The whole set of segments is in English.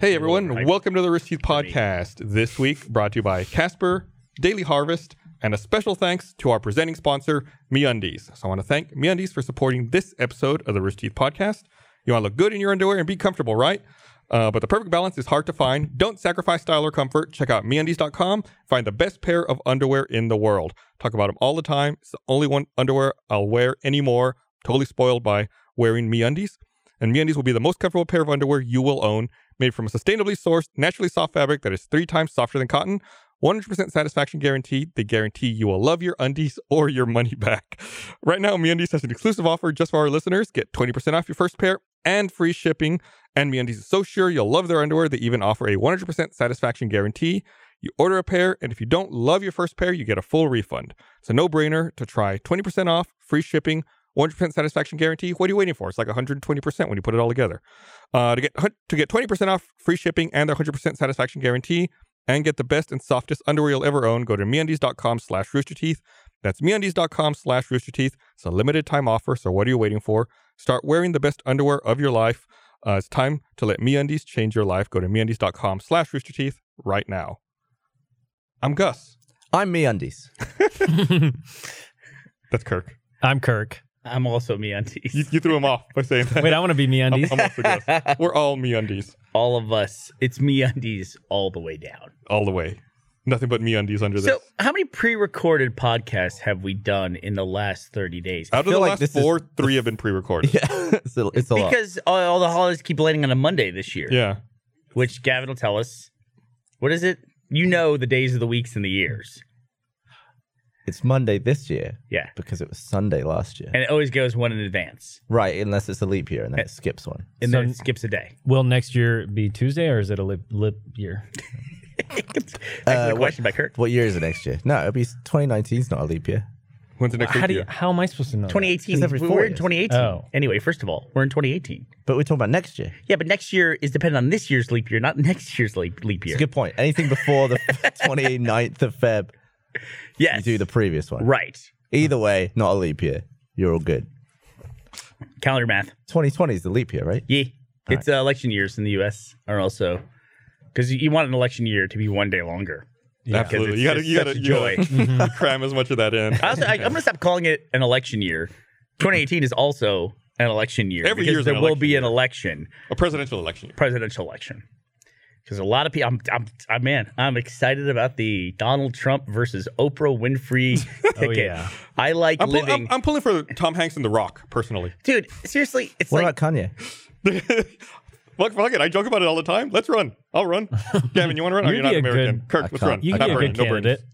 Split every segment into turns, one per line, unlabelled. Hey everyone, welcome to the Rooster Teeth Podcast. This week brought to you by Casper, Daily Harvest, and a special thanks to our presenting sponsor, MeUndies. So I want to thank MeUndies for supporting this episode of the Rooster Teeth Podcast. You want to look good in your underwear and be comfortable, right? Uh, but the perfect balance is hard to find. Don't sacrifice style or comfort. Check out MeUndies.com. Find the best pair of underwear in the world. Talk about them all the time. It's the only one underwear I'll wear anymore. Totally spoiled by wearing MeUndies. And MeUndies will be the most comfortable pair of underwear you will own made from a sustainably sourced, naturally soft fabric that is three times softer than cotton. 100% satisfaction guarantee. They guarantee you will love your undies or your money back. Right now, MeUndies has an exclusive offer just for our listeners. Get 20% off your first pair and free shipping. And MeUndies is so sure you'll love their underwear, they even offer a 100% satisfaction guarantee. You order a pair, and if you don't love your first pair, you get a full refund. It's a no-brainer to try 20% off, free shipping, 100% satisfaction guarantee. What are you waiting for? It's like 120% when you put it all together. Uh, to get to get 20% off free shipping and their 100% satisfaction guarantee and get the best and softest underwear you'll ever own, go to MeUndies.com slash roosterteeth. That's MeUndies.com slash roosterteeth. It's a limited time offer, so what are you waiting for? Start wearing the best underwear of your life. Uh, it's time to let MeUndies change your life. Go to MeUndies.com slash roosterteeth right now. I'm Gus.
I'm me undies.
That's Kirk.
I'm Kirk.
I'm also
You,
MeUndies.
you threw him off by saying that.
Wait, I want to be
I'm,
MeUndies.
I'm also Gus. We're all MeUndies
All of us. It's MeUndies all the way down.
all the way. Nothing but MeUndies under this.
So, how many pre-recorded podcasts have we done in the last 30 days?
Out of
feel
the
like
last
this is-
four, three have been pre-recorded.
yeah, it's a, it's a lot.
Because all, all the holidays keep landing on a Monday this year,
yeah.
which Gavin will tell us. What is it? You know the days of the weeks and the years.
It's Monday this year
Yeah.
because it was Sunday last year.
And it always goes one in advance.
Right, unless it's a leap year and then it skips one.
And
So-
then it skips a day.
Will next year be Tuesday or is it a lip, lip year?
That's
Uh,
the question by Kirk.
What year is it next year? No, it'll be 2019's not a leap year.
When's the next
How
leap
do you,
year?
how am I supposed to know? that?
2018.
It's every four
We're in
years.
2018.
Oh.
Anyway, first of all, we're in 2018.
But we're talking about next year.
Yeah, but next year is dependent on this year's leap year, not next year's leap, leap
It's
year.
a good point. Anything before the 29th of Feb,
yes.
you do the previous one.
right.
Either way, not a leap year. You're all good.
Calendar math.
2020 is the leap year, right?
Yeah. It's uh, election years in the U.S. are also because you, you want an election year to be one day longer.
Absolutely.
Because
You gotta,
it's
you
just
gotta,
such
you
a joy.
gotta cram as much of that in.
I also, I, I'm going to stop calling it an election year. 2018 is also an election year.
Every
because
year's an
there will
election
be
year.
an election,
A presidential election year.
presidential election. Because a lot of people, I'm, I'm, I'm, man, I'm excited about the Donald Trump versus Oprah Winfrey ticket.
yeah.
I like
Oh, I'm, pull- I'm-
living,
I'm pulling for Tom Hanks and The Rock personally.
dude. Seriously, it's
What
like
about Kanye?
Fuck, fuck it. I joke about it all the time. Let's run. I'll run. Gavin, you want to run? Oh, you're
You'd be
not
a
American.
good-
Kirk,
I
let's
can't-
run.
You can
Not
be a
Bernie,
good
no Bernie.
candidate.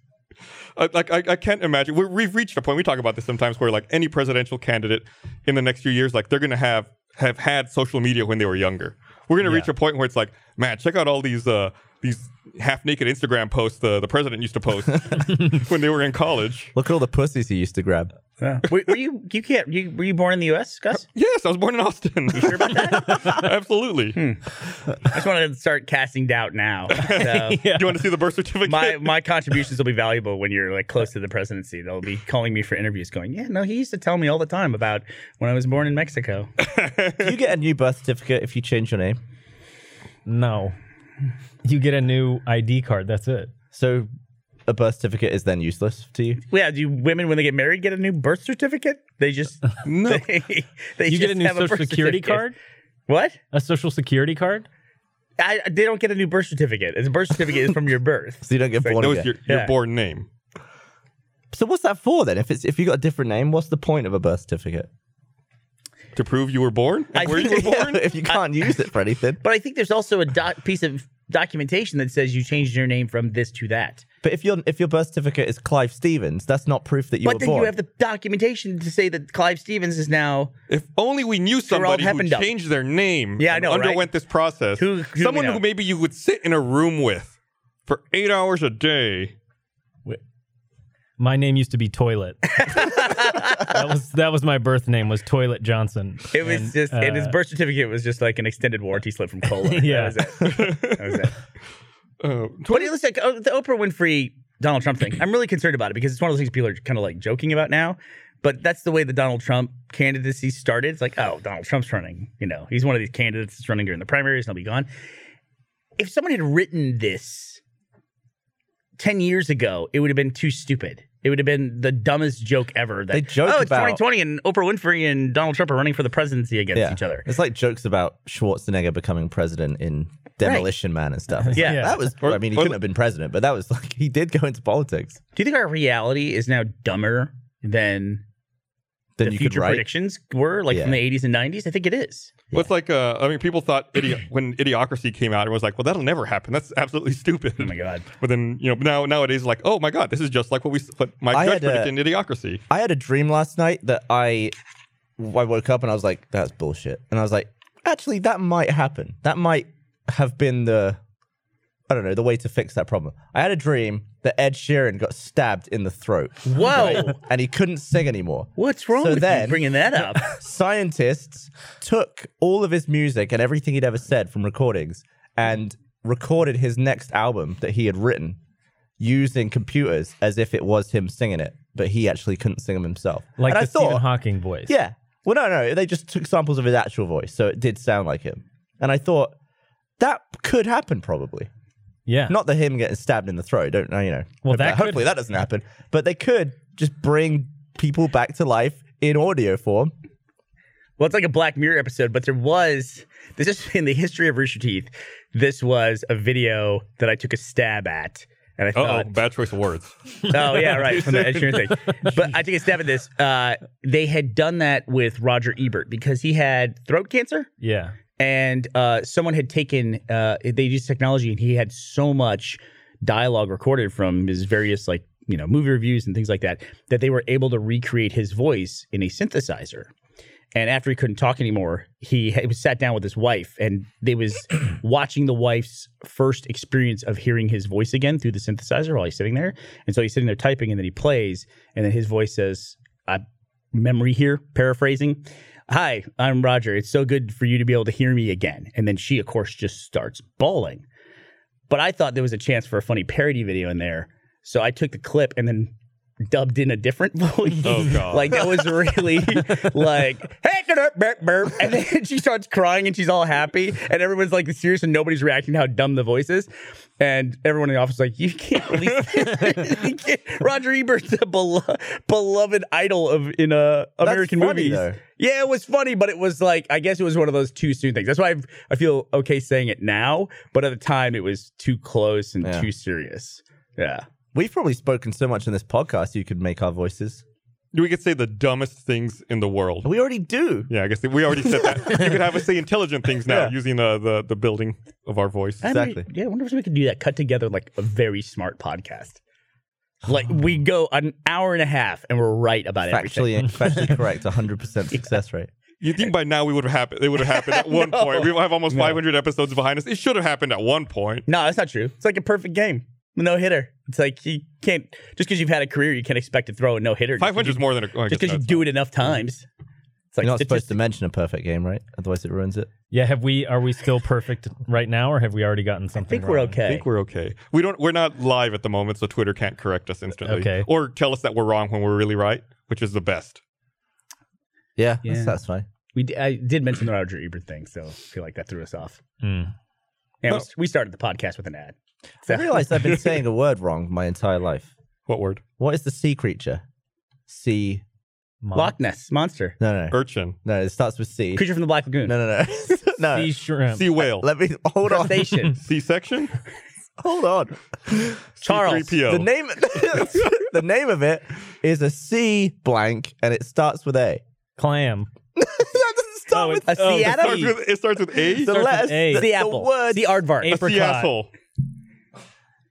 I, like I, I can't imagine. We're, we've reached a point. We talk about this sometimes, where like any presidential candidate in the next few years, like they're gonna have have had social media when they were younger. We're gonna reach a point where it's like, man, check out all these uh, these half naked Instagram posts uh, the the president used to post when they were in college.
Look at all the pussies he used to grab.
were, were you you can't you, were you born in the U.S., Gus?
Yes, I was born in Austin.
You sure about that?
Absolutely.
I just want to start casting doubt now. So
You want to see the birth certificate?
my my contributions will be valuable when you're like close to the presidency. They'll be calling me for interviews, going, "Yeah, no, he used to tell me all the time about when I was born in Mexico."
Do you get a new birth certificate if you change your name?
No. You get a new ID card. That's it.
So a birth certificate is then useless to you?
yeah, do women when they get married get a new birth certificate? They just
No.
They, they
You get a
just
new
have
social
birth
security
certificate.
card?
What?
A social security card?
I, they don't get a new birth certificate. The birth certificate is from your birth.
So you don't get born
that was
again.
your, your
Yeah.
born name.
So what's that for then? If it's if you got a different name, what's the point of a birth certificate?
To prove you were born? And
I
where you
think-
were born?
if you can't use it for anything.
But I think there's also a doc, piece of documentation that says you changed your name from this to that.
But if your if your birth certificate is Clive Stevens, that's not proof that you were
But then
born.
you have the documentation to say that Clive Stevens is now
If only we knew somebody who
happened up.
changed their name
Yeah, I
and
know, right?
underwent this process.
Who- who do we
Someone who
know?
maybe you would sit in a room with for eight hours a day.
My name used to be Toilet. that was that was my birth name was Toilet Johnson.
It was
And,
just, and his
uh,
birth certificate was just like an extended warranty slip from Cola.
Yeah.
That was it. That was it.
Uh,
But it looks like oh, the Oprah Winfrey Donald Trump thing. I'm really concerned about it because it's one of those things people are kind of like joking about now. But that's the way the Donald Trump candidacy started. It's like, oh, Donald Trump's running. You know, he's one of these candidates that's running during the primaries and he'll be gone. if someone had written this 10 years ago, it would have been too stupid. It would have been the dumbest joke ever. That,
They joke
oh, it's
about-
2020 and Oprah Winfrey and Donald Trump are running for the presidency against
yeah.
each other.
It's like jokes about Schwarzenegger becoming president in Demolition Man and stuff. It's like,
Yeah.
Yeah.
that was.
Or-
I mean, he
or-
couldn't have been president, but that was like he did go into politics.
Do you think our reality is now dumber than the
Then you could
future
write.
predictions were, like from
Yeah.
the 80s and 90s? I think it is.
Well, it's like uh, I mean, people thought idi- when Idiocracy came out, it was like, well, that'll never happen. That's absolutely stupid.
Oh my God.
But then you know now nowadays, like, oh my god, this is just like what we s- what Mike
I
Judge
had
uh,
a-
predicted in Idiocracy.
I had a dream last night that I I woke up and I was like, that's bullshit. And I was like, actually, that might happen. That might have been the I don't know, the way to fix that problem. I had a dream that Ed Sheeran got stabbed in the throat.
Whoa.
and he couldn't sing anymore.
What's wrong
So
with you
then-
bringing that up?
Scientists took all of his music and everything he'd ever said from recordings and recorded his next album that he had written using computers as if it was him singing it, but he actually couldn't sing them himself.
Like
and
the
I thought,
Stephen Hawking voice.
yeah. Well, no, no. They just took samples of his actual voice, so it did sound like him. And I thought that could happen, probably.
Yeah.
Not that him getting stabbed in the throat. Don't know, you know.
Well, that could-
hopefully that doesn't happen. But they could just bring people back to life in audio form.
Well, it's like a Black Mirror episode, but there was this is in the history of Rooster Teeth. This was a video that I took a stab at, and I
Oh,
thought,
bad choice of words.
oh yeah, right from the Ed Sheeran thing. But I took a stab at this. Uh, they had done that with Roger Ebert because he had throat cancer,
Yeah.
and uh, someone had taken uh, they used technology, and he had so much dialogue recorded from his various like you know movie reviews and things like that that they were able to recreate his voice in a synthesizer. And after he couldn't talk anymore, he had, was sat down with his wife, and they was watching the wife's first experience of hearing his voice again through the synthesizer while he's sitting there. And so he's sitting there typing, and then he plays, and then his voice says, "I memory here, paraphrasing." Hi, I'm Roger. It's so good for you to be able to hear me again. And then she, of course, just starts bawling. But I thought there was a chance for a funny parody video in there, so I took the clip and then dubbed in a different voice.
Oh, God.
like that was really like hey, burp, burp, burp. and then she starts crying and she's all happy and everyone's like serious and nobody's reacting to how dumb the voice is. And everyone in the office is like, you can't release this. You can't- Roger Ebert's a belo- beloved idol of in uh, American
funny,
movies.
though.
Yeah, it was funny, but it was like I guess it was one of those too soon things. That's why i I feel okay saying it now, but at the time it was too close and
Yeah.
too serious. Yeah,
We've probably spoken so much in this podcast, you could make our voices.
We could say the dumbest things in the world.
We already do.
Yeah, I guess we already said that. you could have us say intelligent things now
Yeah.
using the, the the building of our voice.
I mean,
Exactly.
yeah, I wonder if we could do that. Cut together like a very smart podcast. Like we go an hour and a half and we're right about everything.
Factually, factually correct, 100% success rate.
You think by now we would have happened? It would have happened at one point. We have almost 500 episodes behind us. It should have happened at one point.
No, that's not true. It's like a perfect game. No hitter. It's like you can't just because you've had a career, you can't expect to throw a no hitter.
500 is more than a. oh, I
just
guess
because you
that's-
do it enough times. It's like
You're not
statistics.
supposed to mention a perfect game, right? Otherwise, it ruins it.
Yeah. Have we? Are we still perfect right now, or have we already gotten
I
something?
think we're
wrong?
I
okay.
think we're okay. We don't. We're not live at the moment, so Twitter can't correct us instantly.
Okay.
Or tell us that we're wrong when we're really right, which is the best.
Yeah,
Yeah.
That's, that's fine.
We d- I did mention the Roger Ebert thing, so I feel like that threw us off.
Mm.
And
No.
we- we started the podcast with an ad.
I realized I've been saying a word wrong my entire life.
What word?
What is the sea creature? Sea.
Mon-
Loch Ness monster.
No, no, no.
Urchin.
No, it starts with C.
Creature from the Black Lagoon.
No, no, no.
uh,
no.
Sea shrimp.
Sea whale.
Let me hold on.
Crustacean.
C section.
Hold on.
Charles.
The
C3PO.
name the name of it is a C blank and it starts with A.
Clam.
that doesn't start
Oh,
with
it's-
A
Oh, the
sea
It starts
atom.
with, it starts with A.
the
starts with
letters.
A.
The,
The apple.
The word.
The aardvark.
Apricot.
sea asshole.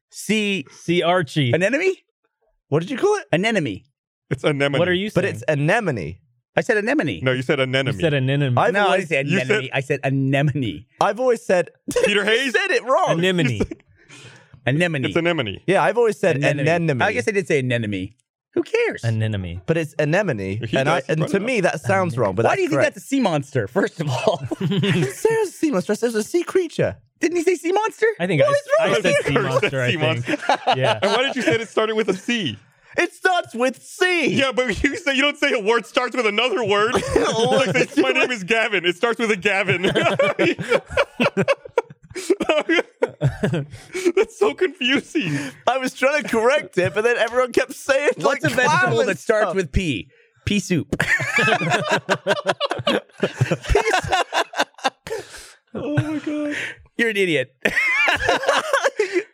Sea
Sea archie.
anemone?
what did you call it?
Anemone.
It's anemone.
What are you?
But
Saying?
it's anemone.
I said anemone.
No, you said anemone.
You said anemone.
I've
No, I didn't
always,
say
you
anemone. I said anemone.
I've always said
Peter
you
Hayes.
said it wrong.
anemone.
Anemone.
It's anemone.
yeah, I've always said anemone.
I guess I did say anemone. Who cares?
anemone.
but it's anemone,
He
and I
does, he
and
brought
to
it
me that sounds wrong. But
Why do you think
correct.
that's a sea monster, first of all?
that's Sarah's a sea monster? There's a sea creature.
Didn't he say sea monster?
I think I, I said sea monster. I
Sea
think. yeah.
And why did you say it started with a C?
It starts with C.
Yeah, but you say you don't say a word starts with another word. like say, my name is Gavin. It starts with a Gavin. That's so confusing.
I was trying to correct it, but then everyone kept saying
What's
like
a
clam
vegetable
and
that starts
stuff.
with P? Pea soup.
Oh my god.
You're an idiot.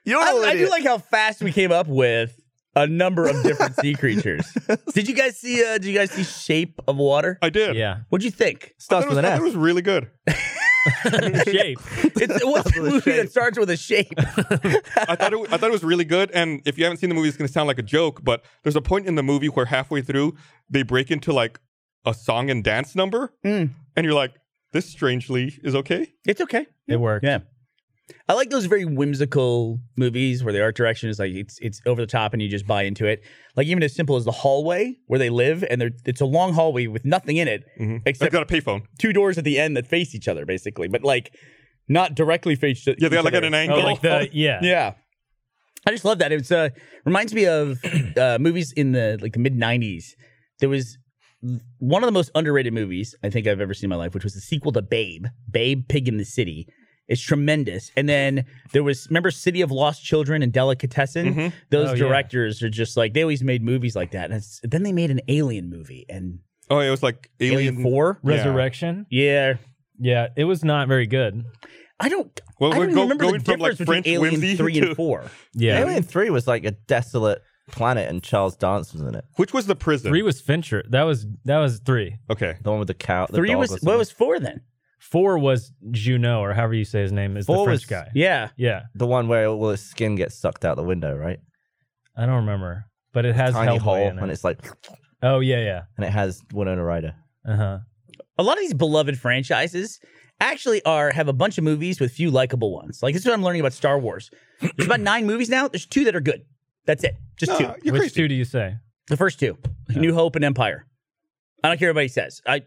You're
I,
all
I do
idiots.
like how fast we came up with a number of different sea creatures. Did you guys see? Uh, did you guys see Shape of Water?
I did.
yeah.
What'd you think?
starts
That was,
with an
that
F.
was really good.
Shape.
It's, what's the
With a
movie
shape.
that starts with a shape?
I thought it, wa- I thought it was really good. And if you haven't seen the movie, it's going to sound like a joke, but there's a point in the movie where halfway through they break into like a song and dance number,
Mm.
and you're like, "This strangely is okay."
It's okay.
It worked.
Yeah. I like those very whimsical movies where the art direction is like it's it's over the top and you just buy into it. Like even as simple as the hallway where they live and they're, it's a long hallway with nothing in it
Mhm. They've
except
got a payphone.
two doors at the end that face each other basically, but like not directly face.
Yeah, they got like at an
Oh,
angle.
like the yeah.
Yeah. I just love that. It's uh reminds me of uh movies in the like the mid 90s. There was one of the most underrated movies I think I've ever seen in my life, which was the sequel to Babe, Babe Pig in the City. It's tremendous. And then there was remember City of Lost Children and Delicatessen?
Mhm.
Those
Oh, yeah.
directors are just like they always made movies like that. And it's, then they made an alien movie and
Oh, it was like Alien,
Alien 4.
Yeah.
Resurrection.
Yeah.
Yeah. It was not very good.
I don't
Well,
I
we're
don't even
go-
remember
going
the
from, like,
difference between
French
Alien
whimsy
3
to-
and 4.
Yeah.
Alien Three was like a desolate planet, and Charles Dance was in it.
Which was the prison?
Three was Fincher. That was that was three.
okay.
The one with the cow. The
3
dog
was
or something.
what was 4 then?
Four was Juno, or however you say his name, is the
Four
French
was-
guy.
Yeah.
Yeah.
the one where all his skin gets sucked out the window, right?
I don't remember, but it has
Tiny
Hellboy
hole,
in
and
it.
it's like,
Oh yeah,
and it has Winona Ryder.
yeah. Uh huh.
a lot of these beloved franchises actually are have a bunch of movies with few likable ones. Like this is what I'm learning about Star Wars. There's about nine movies now. There's two that are good. That's it. Just two.
Ah, you're
Which
crazy.
two do you say?
The first two, New Hope and Empire. I don't care what anybody says. I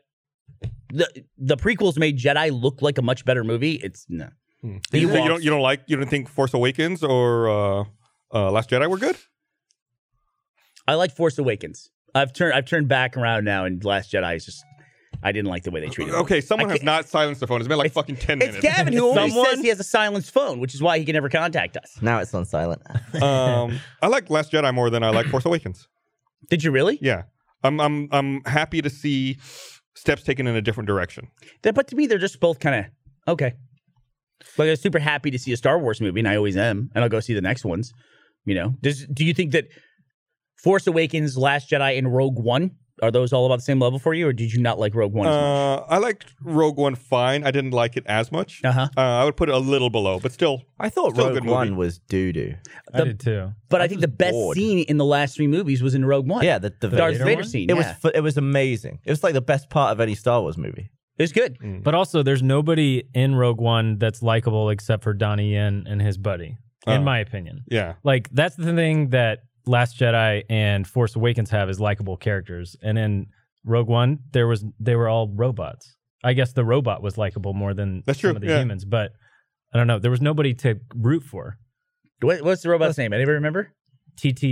the the prequels made Jedi look like a much better movie. It's no.
Hmm.
The
You, you
Ewoks.
don't you don't like you don't think Force Awakens or uh, uh, Last Jedi were good?
I like Force Awakens. I've turned I've turned back around now, and Last Jedi is just I didn't like the way they treated. it.
Okay, someone
I
has not silenced their phone. It's been like fucking ten
It's
minutes.
Gavin who always
Someone-
says he has a silenced phone, which is why he can never contact us.
Now it's on silent.
um, I like Last Jedi more than I like Force Awakens.
Did you really?
Yeah. I'm I'm I'm happy to see steps taken in a different direction.
That- but to me, they're just both kind of okay. Like I'm super happy to see a Star Wars movie, and I always am, and I'll go see the next ones. You know, does do you think that Force Awakens, Last Jedi, and Rogue One are those all about the same level for you, or did you not like Rogue One?
Uh, I liked Rogue One fine. I didn't like it as much.
uh huh.
Uh, I would put it a little below, but still.
I thought
Still a
Rogue
good
One
movie.
was doo doo.
I did too.
But I think the best
bored.
scene in the last three movies was in Rogue One.
Yeah, the, the
Darth
Vader
Vader,
one?
scene.
It was
yeah.
fu- it was amazing. It was like the best part of any Star Wars movie.
it was good.
But also, there's nobody in Rogue One that's likable except for Donnie Yen and his buddy,
Oh.
in my opinion.
Yeah.
Like that's the thing that Last Jedi and Force Awakens have is likable characters, and in Rogue One, there was they were all robots. I guess the robot was likable more than
That's
some
true,
of the
yeah.
humans, but I don't know. There was nobody to root for.
What, what's the robot's name? Anybody remember?
TT,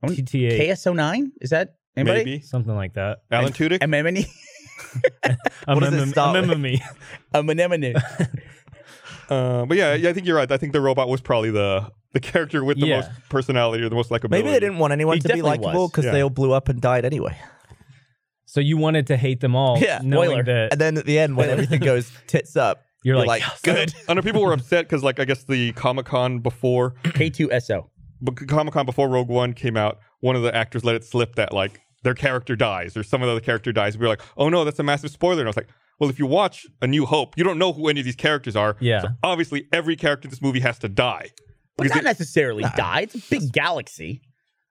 I wonder-
TTA,
KS09? Is that anybody?
Maybe.
something like that.
Alan Tudyk.
Anemone.
A
What does it
mem-
start
a
with?
mem- me.
Anemone.
Uh, but yeah, yeah, I think you're right. I think the robot was probably the the character with the
Yeah.
most personality or the most likability.
Maybe they didn't want anyone
He
to be
definitely
likable
was.
because
Yeah.
they all blew up and died anyway.
So you wanted to hate them all,
Yeah,
knowing
spoiler.
that
And then at the end, when everything goes tits up,
You're
you're,
like,
like, good.
I know people were upset because, like, I guess the Comic Con before
K2SO.
Comic Con before Rogue One came out, one of the actors let it slip that like their character dies or some of the other character dies. We were like, oh no, that's a massive spoiler. And I was like, well, if you watch A New Hope, you don't know who any of these characters are.
Yeah.
So obviously, every character in this movie has to die.
But
Because
not necessarily die. It's a big galaxy.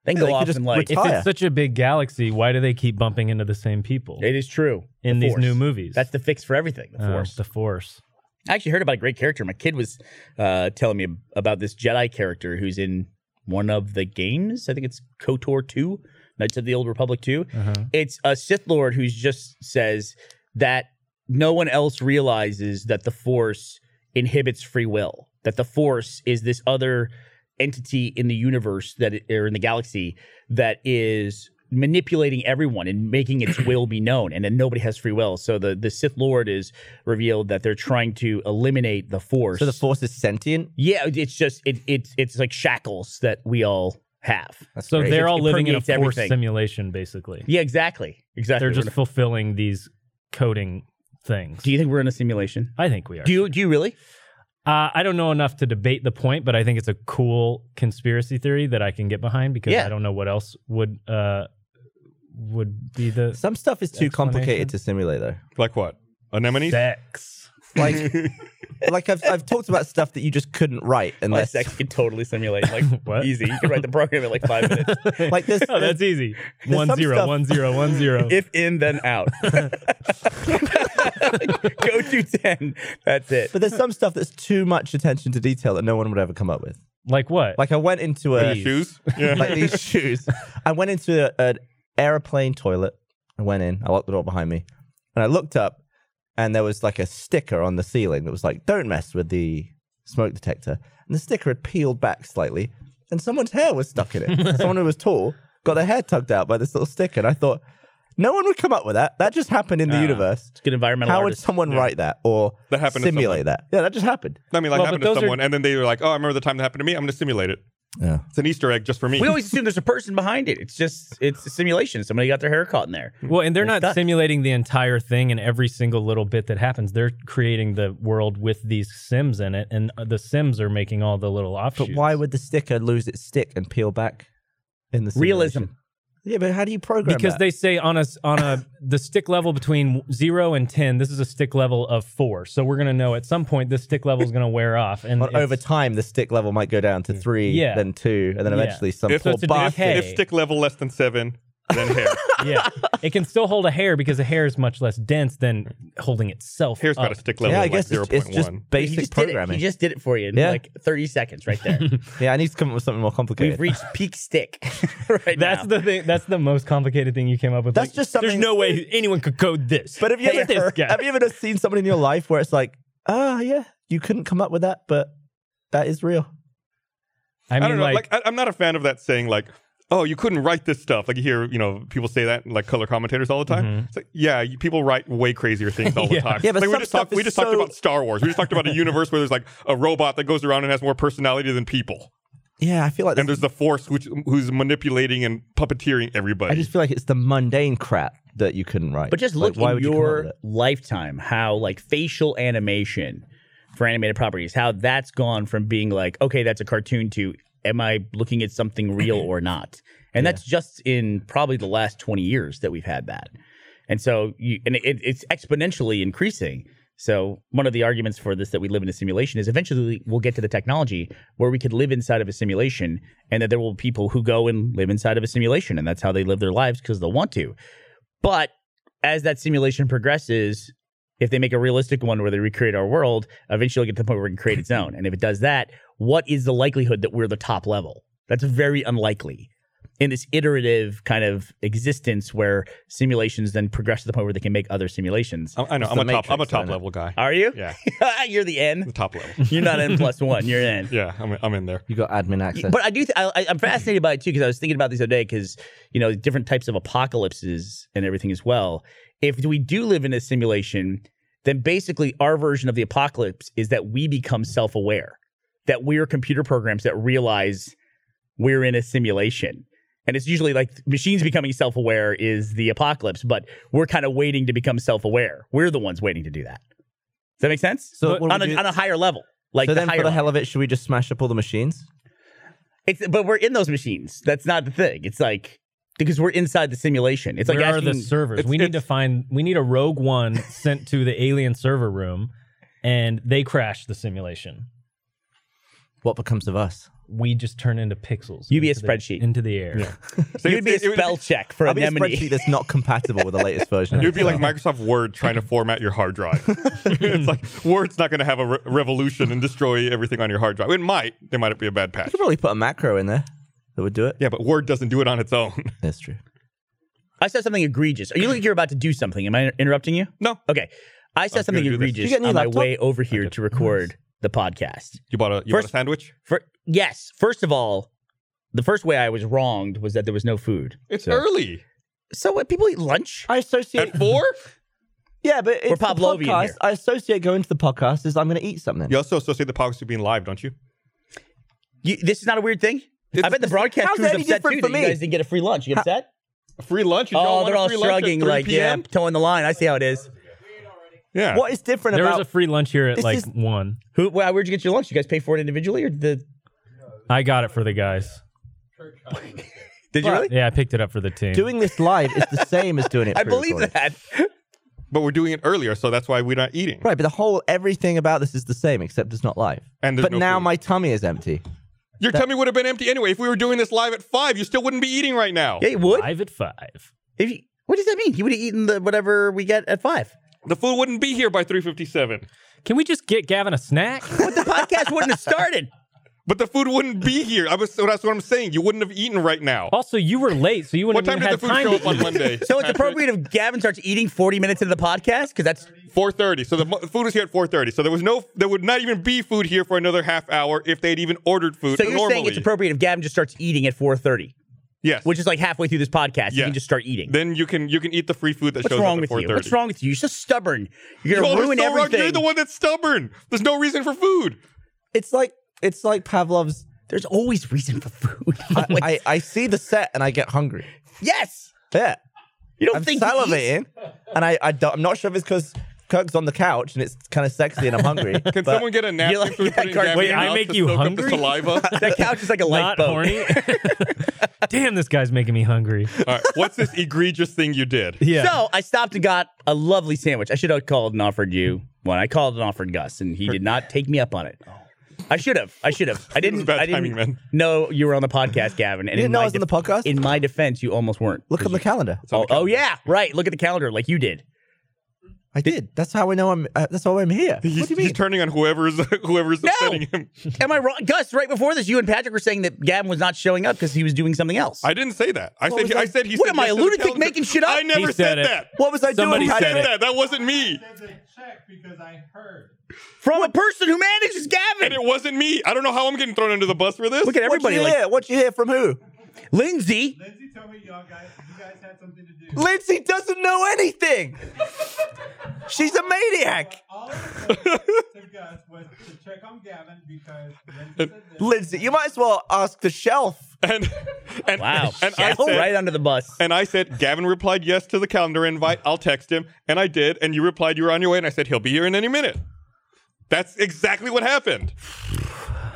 They can
Yeah,
go
they could
off
just
and like
if
retire.
it's such a big galaxy, why do they keep bumping into the same people
it is true
in
The
these
Force.
new movies?
That's the fix for everything. The
Oh,
force.
the force.
I actually heard about a great character. My kid was uh, telling me about this Jedi character who's in one of the games. I think it's KOTOR two, Knights of the Old Republic two. It's a Sith Lord who's just says that no one else realizes that the Force inhibits free will. That the Force is this other entity in the universe that or in the galaxy that is manipulating everyone and making its will be known, and then nobody has free will. So the the Sith Lord is revealed that they're trying to eliminate the Force.
So the force is sentient.
yeah, it's just it, it's it's like shackles that we all have.
That's
So
great.
they're
It-
all
it
living in a
permeates
forced
everything.
simulation, basically.
Yeah, exactly, exactly.
They're
We're
just
gonna-
fulfilling these coding things.
do you think we're in a simulation?
I think we are.
Do you do you really?
Uh, I don't know enough to debate the point, but I think it's a cool conspiracy theory that I can get behind because
Yeah.
I don't know what else would uh, would be the
some stuff is too complicated
Explanation?
to simulate though.
Like what? Anemones?
sex.
Like, like I've I've talked about stuff that you just couldn't write
My
unless
sex can totally simulate like
What?
easy. You can write the program in like five minutes.
like this.
Oh, that's easy.
there's
One
some
zero,
stuff-
one zero, one zero.
if in then out. Go to ten. That's it.
But there's some stuff that's too much attention to detail that no one would ever come up with.
Like what?
Like I went into a
Shoes? Yeah.
like these shoes. I went into a, an airplane toilet. I went in. I locked the door behind me, and I looked up, and there was like a sticker on the ceiling that was like, "Don't mess with the smoke detector." And the sticker had peeled back slightly, and someone's hair was stuck in it. Someone who was tall got their hair tugged out by this little sticker, and I thought, no one would come up with that. That just happened in the universe.
Good environmental
How would
artist.
someone write that or
That happened to
simulate that? Yeah, that just happened.
I mean, like
Well,
happened
but
to
those are-
someone, and then they were like, "Oh, I remember the time that happened to me. I'm going to simulate it.
Yeah.
It's an Easter egg just for me."
we always assume there's a person behind it. It's just it's a simulation. Somebody got their hair caught in there.
well, and they're not
that.
simulating the entire thing and every single little bit that happens. They're creating the world with these sims in it, and uh, the sims are making all the little
But
offshoots.
why would the sticker lose its stick and peel back in the
Realism.
simulation? Yeah, but how do you program
because
that?
they say on a s- on a the stick level between zero and ten, this is a stick level of four. So we're gonna know at some point this stick level is gonna wear off, and
Well,
it's-
over time, the stick level might go down to three,
Yeah.
then two, and then
Yeah.
eventually some
If-
poor
So it's a
bastard-
decay.
if stick level less than seven, then hair.
yeah, it can still hold a hair because a hair is much less dense than holding itself.
Hair's got
up.
a stick level
Yeah, I
of
guess
like
it's, it's just
0.1.
he
basic
just did it. He
programming.
just did it for you in
Yeah.
like 30 seconds right there.
Yeah, I need to come up with something more complicated.
We've reached peak stick right
That's
now.
the thing. That's the most complicated thing you came up with.
That's just something-
There's no way anyone could code this.
but have you,
Hey,
ever,
this guy.
have you ever just seen somebody in your life where it's like, ah, yeah, you couldn't come up with that, but that is real.
I
I,
mean,
don't know.
like,
Like, I, I'm not a fan of that saying. Like, oh, you couldn't write this stuff. Like you hear, you know, people say that like color commentators all the time. It's like, yeah, you, people write way crazier things all the
Mm-hmm. Yeah.
time.
Yeah, but
like, we
some
just
stuff
talked. We
is
just
so-
talked about Star Wars. We just talked about a universe where there's like a robot that goes around and has more personality than people,
Yeah, I feel like
and
this-
there's the Force, which who's manipulating and puppeteering everybody.
I just feel like it's the mundane crap that you couldn't write.
But just
Like,
look in
would you come up with
your
it?
lifetime how like facial animation for animated properties, how that's gone from being like, okay, that's a cartoon to am I looking at something real or not? And that's just in probably the last 20 years that we've had that. And so you and it, it's exponentially increasing. So one of the arguments for this that we live in a simulation is eventually we'll get to the technology where we could live inside of a simulation and that there will be people who go and live inside of a simulation and that's how they live their lives because they'll want to. But as that simulation progresses, if they make a realistic one where they recreate our world, eventually it'll get to the point where it can create its own. And if it does that, what is the likelihood that we're the top level? That's very unlikely in this iterative kind of existence where simulations then progress to the point where they can make other simulations.
I, I know.
It's
I'm a
the
top. I'm a
Matrix,
top
isn't it?
level guy.
Are you?
Um, Yeah,
You're the
the
N.
top level.
You're not N plus one. You're N.
Yeah, I'm, I'm in there.
You got admin access.
But I do. Th- I, I- I'm fascinated by it too because I was thinking about this the other day because you know different types of apocalypses and everything as well. If we do live in a simulation, then basically our version of the apocalypse is that we become self-aware, that we're computer programs that realize we're in a simulation. And it's usually like machines becoming self-aware is the apocalypse, but we're kind of waiting to become self-aware. We're the ones waiting to do that. Does that make sense?
So
But
what do
on,
we
a,
do-
on a higher level, like
so
the
then,
higher
for the
level.
hell of it, should we just smash up all the machines?
It's but we're in those machines. That's not the thing. It's like because we're inside the simulation. It's like
where are the
asking-
servers?
it's-
We need to
it's-
find. We need a rogue one sent to the alien server room, and they crash the simulation.
What becomes of us?
We just turn into pixels.
You be a
into the-
spreadsheet.
into the air.
So
you'd be a
it- it would-
spell check for
I'll be a
anemone.
spreadsheet that's not compatible with the latest version. of
It would be like
Excel.
Microsoft Word trying to format your hard drive. it's like Word's not going to have a re- revolution and destroy everything on your hard drive. It might. There might be a bad
You
patch.
could probably put a macro in there that would do it.
Yeah, but Word doesn't do it on its own.
That's true.
I said something egregious. Are you like you're about to do something? Am I interrupting you?
No,
Okay. I said
was
something
gonna do this.
egregious
You get a new
on my
laptop?
way over here to record the podcast.
you bought a you bought a
First-
sandwich.
For yes, first of all, the first way I was wronged was that there was no food.
It's
So-
early.
So what? People eat lunch.
I associate.
At four?
Yeah, but it's
We're
the
Pavlovian
podcast.
here.
I associate going to the podcast is I'm going to eat something.
You also associate the podcast with being live, don't you?
You, this is not a weird thing. I
It's-
bet the broadcast
how's
crew is
that any
upset
different
too
for
that
me?
you guys didn't get a free lunch. You upset?
Free lunch? You don't
oh,
want
they're
a
all
free lunch at
shrugging
3
like, yeah,
PM?
toeing the line. I see how it is.
Yeah.
What is different
There was
about?
a free lunch here at
This
like
is-
one.
Who? wh- Where'd you get your lunch? You guys pay for it individually, or did the?
I got it for the guys.
Did you
But-
really?
Yeah, I picked it up for the team.
doing this live is the same as doing it.
I believe
pre-recorded.
that.
But we're doing it earlier, so that's why we're not eating.
Right, but the whole everything about this is the same except it's not live.
And there's
but
no
now
food.
my tummy is empty.
Your tummy would have been empty anyway. If we were doing this live at five, you still wouldn't be eating right now.
Yeah, you would.
five at five.
If you, what does that mean? He would have eaten the whatever we get at five.
The food wouldn't be here by 357.
Can we just get Gavin a snack?
But the podcast wouldn't have started.
But the food wouldn't be here. I was, so that's what I'm saying. You wouldn't have eaten right now.
also, you were late, so you
What time
wouldn't have
did
even
the food
had
show
time to
up on
eat.
Monday?
So it's appropriate if Gavin starts eating forty minutes into the podcast because that's
4:30. So the mo- food was here at 4:30. So there was no, there would not even be food here for another half hour if they'd even ordered food.
so you're
normally.
saying it's appropriate if Gavin just starts eating at four thirty,
Yes.
which is like halfway through this podcast. You
Yeah.
can just start eating.
then you can you can eat the free food that
What's
shows
wrong
up at
with
4:30.
you? What's wrong with you? You're so stubborn. You're
You're
gonna ruin
so wrong.
everything.
You're the one that's stubborn. There's no reason for food.
It's like it's like Pavlov's.
There's always reason for food.
I,
Always.
I, I see the set and I get hungry.
yes.
Yeah,
You don't
I'm
think
salivating, and I, I don't, I'm not sure if it's because Kirk's on the couch and it's kind of sexy and I'm hungry.
Can
but-
someone get a napkin?
like-
so we put it in
Wait,
Gavin's
I
mouth
make
to
you
soak up the
hungry?
saliva.
that couch is like a
Not
lifeboat.
horny. Damn, this guy's making me hungry.
All right, what's this egregious thing you did?
Yeah.
So I stopped and got a lovely sandwich. I should have called and offered you one. I called and offered Gus, and he did not take me up on it. I should have. I should have. I didn't.
bad
I didn't
timing, man.
know you were on the podcast, Gavin. And
You didn't
in
know I
my
was on the podcast?
In my defense, you almost weren't.
Look on the calendar.
Oh, oh yeah, right. Look at the calendar, like you did.
I did. That's how I know I'm. Uh, that's how I'm here.
He's,
what do you
he's
mean?
turning on whoever's whoever's upsetting him.
Am I wrong, Gus? Right before this, you and Patrick were saying that Gavin was not showing up because he was doing something else.
I didn't say that. I said
was
he, I
that?
said he.
What
said
am I, a
yes to the
lunatic
calendar.
making shit up?
I never
He
said,
said it.
that.
what was I
Somebody
doing?
I
said
said
it.
that. That wasn't me,
said they check because I heard.
From a person who manages
and
Gavin,
it wasn't me. I don't know how I'm getting thrown under the bus for this.
look at
What
everybody.
you
Like
hear? What you hear from who?
Lindsay,
Lindsay told me y'all guys, you guys had something to do.
Lindsay doesn't know anything. She's a maniac.
All I said to Gus was to check on Gavin because Lindsay said this.
Lindsay, you might as well ask the shelf.
and and
Wow.
and I
Yes,
said.
right under the bus.
and I said, Gavin replied yes to the calendar invite. I'll text him. And I did. And you replied you were on your way. And I said, he'll be here in any minute. That's exactly what happened.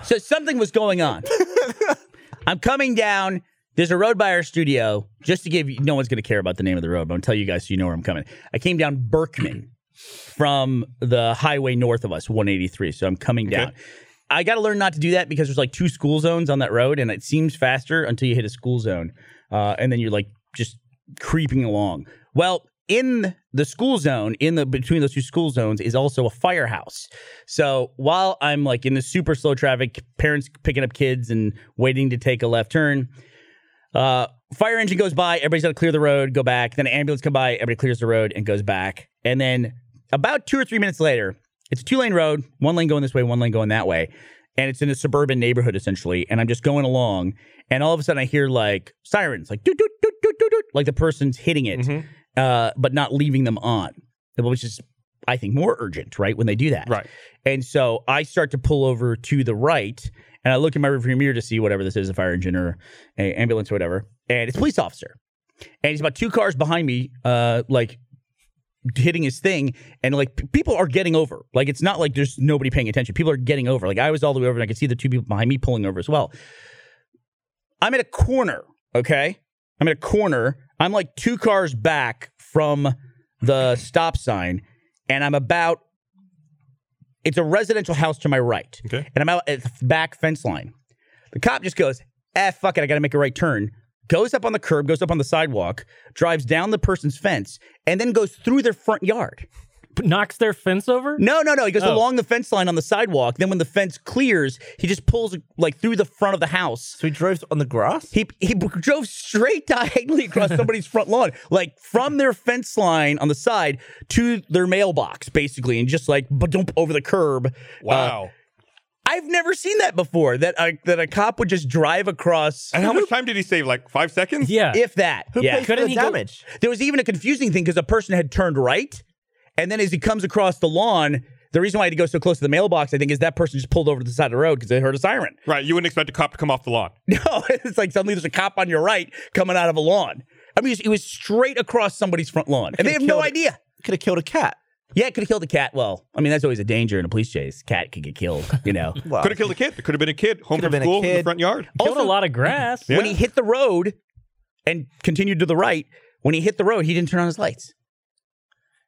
So something was going on. I'm coming down. There's a road by our studio. Just to give you, no one's going to care about the name of the road, but I'm telling you guys so you know where I'm coming. I came down Berkman from the highway north of us, 183. So I'm coming down. I got to learn not to do that because there's like two school zones on that road, and it seems faster until you hit a school zone, uh, and then you're like just creeping along. Well, in the school zone, in the between those two school zones, is also a firehouse. So while I'm like in the super slow traffic, parents picking up kids and waiting to take a left turn, uh, fire engine goes by. Everybody's got to clear the road, go back. Then an ambulance come by. Everybody clears the road and goes back. And then about two or three minutes later, it's a two lane road, one lane going this way, one lane going that way. And it's in a suburban neighborhood essentially. And I'm just going along. And all of a sudden I hear like sirens, like doot, doot, doot, doot, doot, doot, like the person's hitting it, uh, but not leaving them on, which is, I think, more urgent, right? When they do that.
Right.
And so I start to pull over to the right and I look in my rearview mirror to see whatever this is a fire engine or a ambulance or whatever. And it's a police officer. And he's about two cars behind me, uh, like hitting his thing. And like p- people are getting over. Like it's not like there's nobody paying attention. People are getting over. Like I was all the way over and I could see the two people behind me pulling over as well. I'm at a corner, okay? I'm at a corner. I'm like two cars back from the stop sign, and I'm about it's a residential house to my right.
Okay.
And I'm out at the back fence line. The cop just goes, eh, fuck it, I gotta make a right turn. Goes up on the curb, goes up on the sidewalk, drives down the person's fence, and then goes through their front yard.
P- knocks their fence over?
No, no, no. He goes
Oh.
along the fence line on the sidewalk. Then when the fence clears, he just pulls like through the front of the house.
So he drove on the grass.
He he drove straight diagonally across somebody's front lawn, like from their fence line on the side to their mailbox, basically, and just like dump over the curb. Uh,
Wow.
I've never seen that before. That a, that a cop would just drive across,
And how much time did he save? Like five seconds?
Yeah.
if that.
Who
yeah.
pays for
Couldn't
the
he go-
damage?
There was even a confusing thing because a person had turned right, and then as he comes across the lawn, the reason why he had to go so close to the mailbox, I think, is that person just pulled over to the side of the road because they heard a siren.
Right. You wouldn't expect a cop to come off the lawn.
No, Oh, it's like suddenly there's a cop on your right coming out of a lawn. I mean, it was straight across somebody's front lawn, and they have no
killed it.
idea.
Could have killed a cat.
Yeah, it could have killed a cat. Well, I mean, that's always a danger in a police chase. Cat could get killed, you know.
Well,
Could have killed a kid. It could have been a kid home
Could've
from
been a
school in the
kid.
front yard.
Killed
Also-
a lot of grass.
Yeah.
When he hit the road and continued to the right, when he hit the road, he didn't turn on his lights.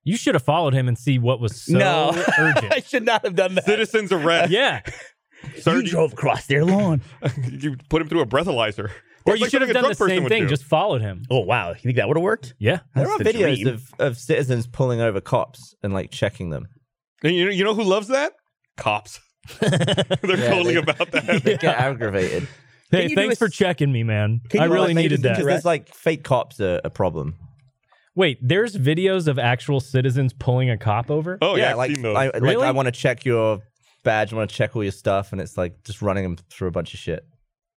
You should have followed him and see what was so
No. I
urgent.
should not have done that.
Citizens arrest.
Yeah.
you
Sir, you,
drove across their lawn.
you put him through a breathalyzer.
Or
it's
you
like
should
something a
have done
drug
the
person
same
would
thing.
do.
Just followed him.
oh wow, you think that would have worked?
Yeah.
there
That's
are
the
videos
dream.
of, of citizens pulling over cops and like checking them.
And you know, you know who loves that? Cops. They're
Yeah,
totally
they-
about
They
that.
get aggravated.
you
Hey,
do
thanks
a
for
s-
checking me, man.
Can
I
you,
really
like, make
needed
this
that.
Because there's like fake cops are a problem.
Wait, there's videos of actual citizens pulling a cop over?
Oh yeah, I've
like
seen those.
I, like
Really?
I want to check your badge, I want to check all your stuff, and it's like just running them through a bunch of shit.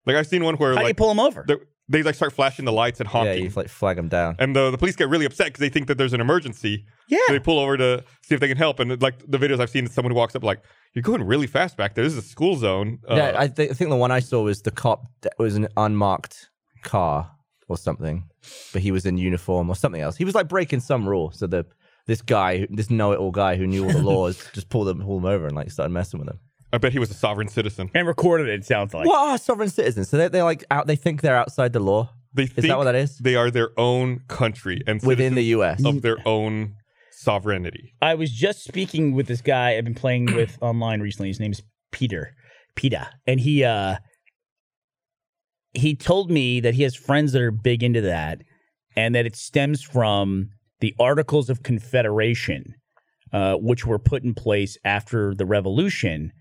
like I've seen one where
How do you
like
pull him over?
they, they like start flashing the lights and
Yeah,
honking,
you like flag them down.
and the, the police get really upset because they think that there's an emergency.
yeah.
So they pull over to see if they can help. And like the videos I've seen, someone walks up like, "You're going really fast back there. This is a school zone." Uh,
yeah, I, th- I think the one I saw was the cop that was an unmarked car or something, but he was in uniform or something else. He was like breaking some rule. So the this guy, this know-it-all guy who knew all the laws, just pulled them, pulled him over and like started messing with him.
I bet he was a sovereign citizen.
and recorded it, it sounds like.
What are sovereign citizens? So they they like out. They think they're outside the law
They
that
think
what that is?
They are their own country and
within the U.S.
of their own sovereignty.
I was just speaking with this guy I've been playing with online recently. His name's Peter. Peta. And he uh he told me that he has friends that are big into that and that it stems from the Articles of Confederation, uh, which were put in place after the revolution.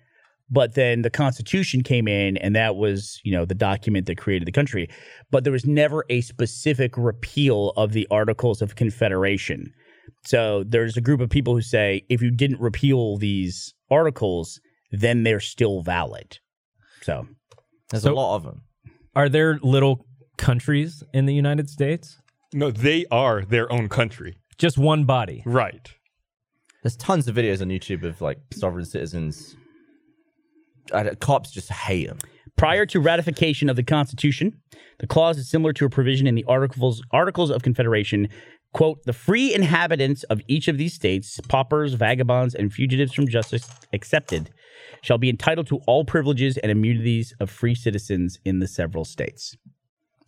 But then the Constitution came in, and that was, you know, the document that created the country. But there was never a specific repeal of the Articles of Confederation. So there's a group of people who say if you didn't repeal these articles, then they're still valid. So
There's a
So-
lot of them.
Are there little countries in the United States?
No, they are their own country.
Just one body.
Right.
There's tons of videos on YouTube of like sovereign citizens. I don't- cops just hate them.
Prior to ratification of the Constitution, the clause is similar to a provision in the Articles Articles of Confederation. "Quote: The free inhabitants of each of these states, paupers, vagabonds, and fugitives from justice excepted, shall be entitled to all privileges and immunities of free citizens in the several states."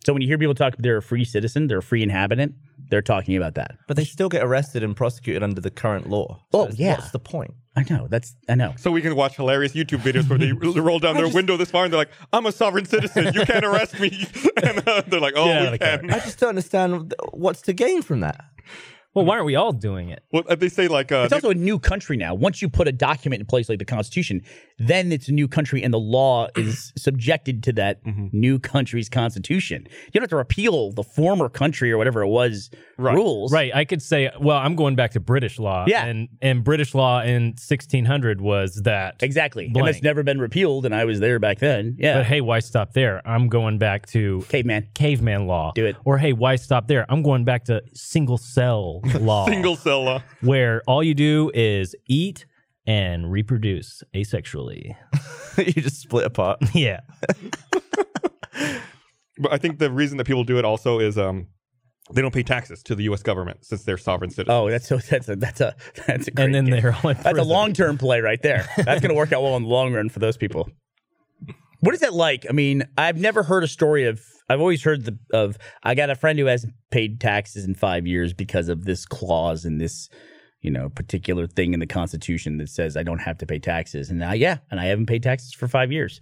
So when you hear people talk, they're a free citizen, they're a free inhabitant. They're talking about that.
But they still get arrested and prosecuted under the current law.
Oh,
it's-
yeah.
What's the point?
I know. That's I know.
So we can watch hilarious YouTube videos where they roll down their window this far and they're like, "I'm a sovereign citizen. You can't arrest me." and uh, they're like, "Oh,
out of
we
the
can."
I just don't understand what's to gain from that.
Well, why aren't we all doing it?
Well, uh, they say like, uh,
It's also a new country now. Once you put a document in place like the Constitution, then it's a new country and the law is subjected to that
Mm-hmm.
new country's constitution. You don't have to repeal the former country or whatever it was rules.
Right. I could say, well, I'm going back to British law.
Yeah.
And, and British law in 1600 was that.
Exactly.
Blank.
And it's never been repealed, and I was there back then.
But
Yeah.
hey, why stop there? I'm going back to
Caveman.
caveman law.
Do it.
Or hey, why stop there? I'm going back to single cell law.
single cell. Uh,
where all you do is eat and reproduce asexually.
you just split apart.
Yeah.
but I think the reason that people do it also is um, they don't pay taxes to the U.S. government since they're sovereign citizens.
Oh, that's so that's a that's a that's a great
and then
game.
they're all in
That's a
prison.
long term play right there. That's going to work out well in the long run for those people. What is that like? I mean, I've never heard a story of. I've always heard the, of. I got a friend who hasn't paid taxes in five years because of this clause and this, you know, particular thing in the Constitution that says I don't have to pay taxes. And I, yeah, and I haven't paid taxes for five years.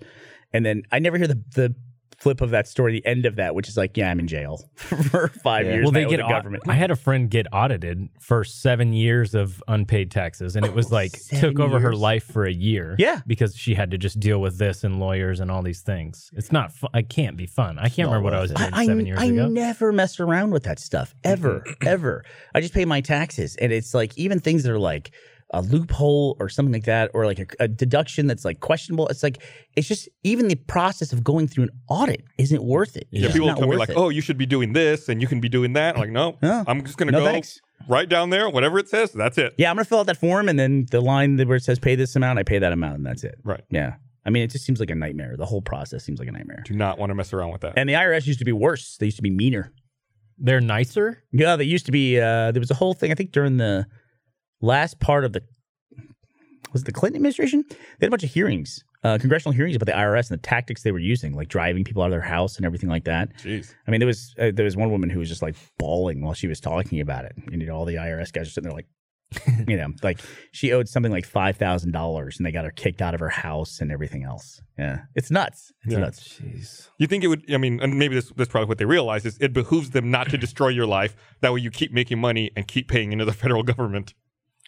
And then I never hear the the flip of that story, the end of that, which is like, yeah, I'm in jail for five years.
Well,
and I
they
owe
get
the
au-
government.
I had a friend get audited for seven years of unpaid taxes, and it was like
Oh, Seven
took over her
years?
life for a year.
Yeah.
because she had to just deal with this and lawyers and all these things. It's not. Fu- I can't be fun. I can't remember what I was doing
I,
seven years
I
ago. Mm-hmm.
never mess around with that stuff ever, ever. I just pay my taxes, and it's like even things that are like a loophole or something like that, or like a, a deduction that's like questionable. It's like it's just even the process of going through an audit isn't worth it. It's
Yeah,
just
people
not
tell me
worth
like,
it.
"Oh, you should be doing this, and you can be doing that." I'm like, no,
No.
I'm just gonna
No
go
thanks.
right down there, whatever it says. That's it.
yeah, I'm gonna fill out that form and then the line that where it says pay this amount, I pay that amount, and that's it.
Right.
Yeah. I mean, it just seems like a nightmare. The whole process seems like a nightmare.
Do not want to mess around with that.
And the IRS used to be worse. They used to be meaner.
They're nicer.
Yeah, they used to be. Uh, there was a whole thing. I think during the last part of the was it the Clinton administration? They had a bunch of hearings, uh, congressional hearings about the IRS and the tactics they were using, like driving people out of their house and everything like that.
Jeez,
I mean, there was uh, there was one woman who was just like bawling while she was talking about it, and you know, all the IRS guys are sitting there like, you know, like she owed something like five thousand dollars, and they got her kicked out of her house and everything else. Yeah, it's nuts. It's
Yeah.
nuts.
Jeez.
you think it would? I mean, and maybe this that's probably what they realize is it behooves them not to destroy your life. That way, you keep making money and keep paying into the federal government.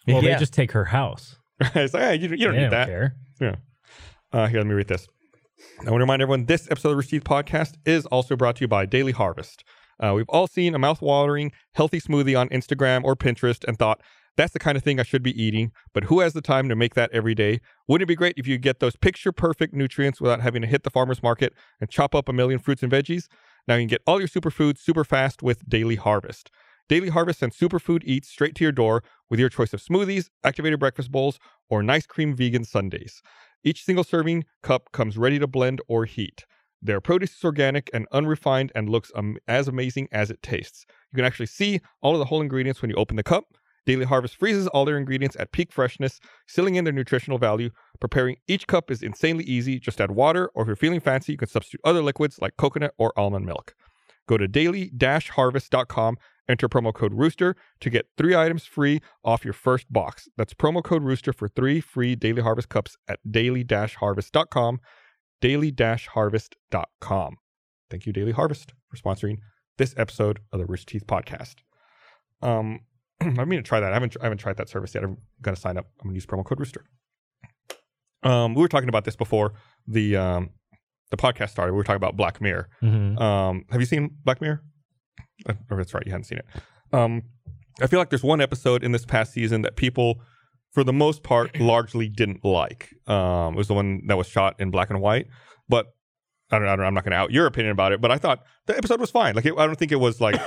Well,
Yeah.
they just take her house.
it's like, hey, you, you don't
They
need that.
care.
Yeah. Uh, here, let me read this. I want to remind everyone this episode of Received Podcast is also brought to you by Daily Harvest. Uh, we've all seen a mouth-watering healthy smoothie on Instagram or Pinterest and thought, that's the kind of thing I should be eating, but who has the time to make that every day? Wouldn't it be great if you get those picture perfect nutrients without having to hit the farmer's market and chop up a million fruits and veggies? Now you can get all your superfoods super fast with Daily Harvest. Daily Harvest sends superfood eats straight to your door with your choice of smoothies, activated breakfast bowls, or nice cream vegan sundaes. Each single serving cup comes ready to blend or heat. Their produce is organic and unrefined and looks um, as amazing as it tastes. You can actually see all of the whole ingredients when you open the cup. Daily Harvest freezes all their ingredients at peak freshness, sealing in their nutritional value. Preparing each cup is insanely easy. Just add water, or if you're feeling fancy, you can substitute other liquids like coconut or almond milk. Go to daily-harvest.com, enter promo code Rooster to get three items free off your first box. That's promo code Rooster for three free Daily Harvest cups at daily-harvest.com, daily-harvest.com. Thank you, Daily Harvest, for sponsoring this episode of the Rooster Teeth podcast. Um, I mean to try that. I haven't I haven't tried that service yet. I'm gonna sign up. I'm gonna use promo code Rooster. Um, we were talking about this before the um the podcast started. We were talking about Black Mirror.
Mm-hmm.
Mhm.
Um, have you seen Black Mirror? Uh, Or that's right, you hadn't seen it. Um, I feel like there's one episode in this past season that people, for the most part, largely didn't like. Um, it was the one that was shot in black and white. But I don't, I don't I'm not going to out your opinion about it. But I thought the episode was fine. Like it, I don't think it was like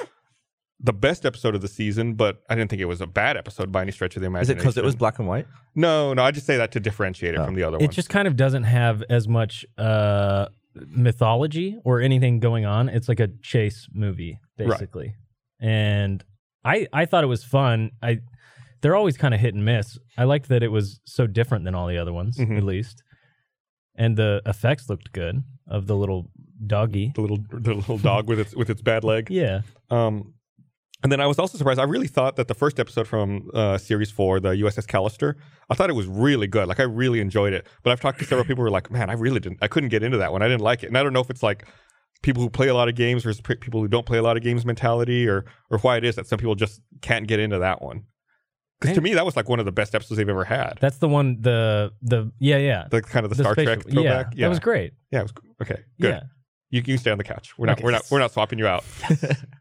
the best episode of the season, but I didn't think it was a bad episode by any stretch of the
Is it
imagination.
because it was black and white?
No, no. I just say that to differentiate it
Oh.
from the other
It
one.
just kind of doesn't have as much uh, mythology or anything going on. It's like a chase movie,
Right.
basically. And I I thought it was fun. I they're always kind of hit and miss. I liked that it was so different than all the other ones,
Mhm.
at least. And the effects looked good of the little doggy.
the little the little dog with its with its bad leg.
Yeah.
Um, and then I was also surprised. I really thought that the first episode from uh, series four, the USS Callister, I thought it was really good. Like I really enjoyed it. But I've talked to several people who are like, "Man, I really didn't. I couldn't get into that one. I didn't like it." And I don't know if it's like people who play a lot of games versus pe- people who don't play a lot of games mentality, or or why it is that some people just can't get into that one. Because to me, that was like one of the best episodes they've ever had.
That's the one the the yeah, yeah.
Like kind of the, Star
spatial-
Trek throwback.
Yeah, That was great.
yeah, it was okay. Good.
Yeah.
You you can stay on the couch. We're not
Okay.
we're not we're not swapping you out.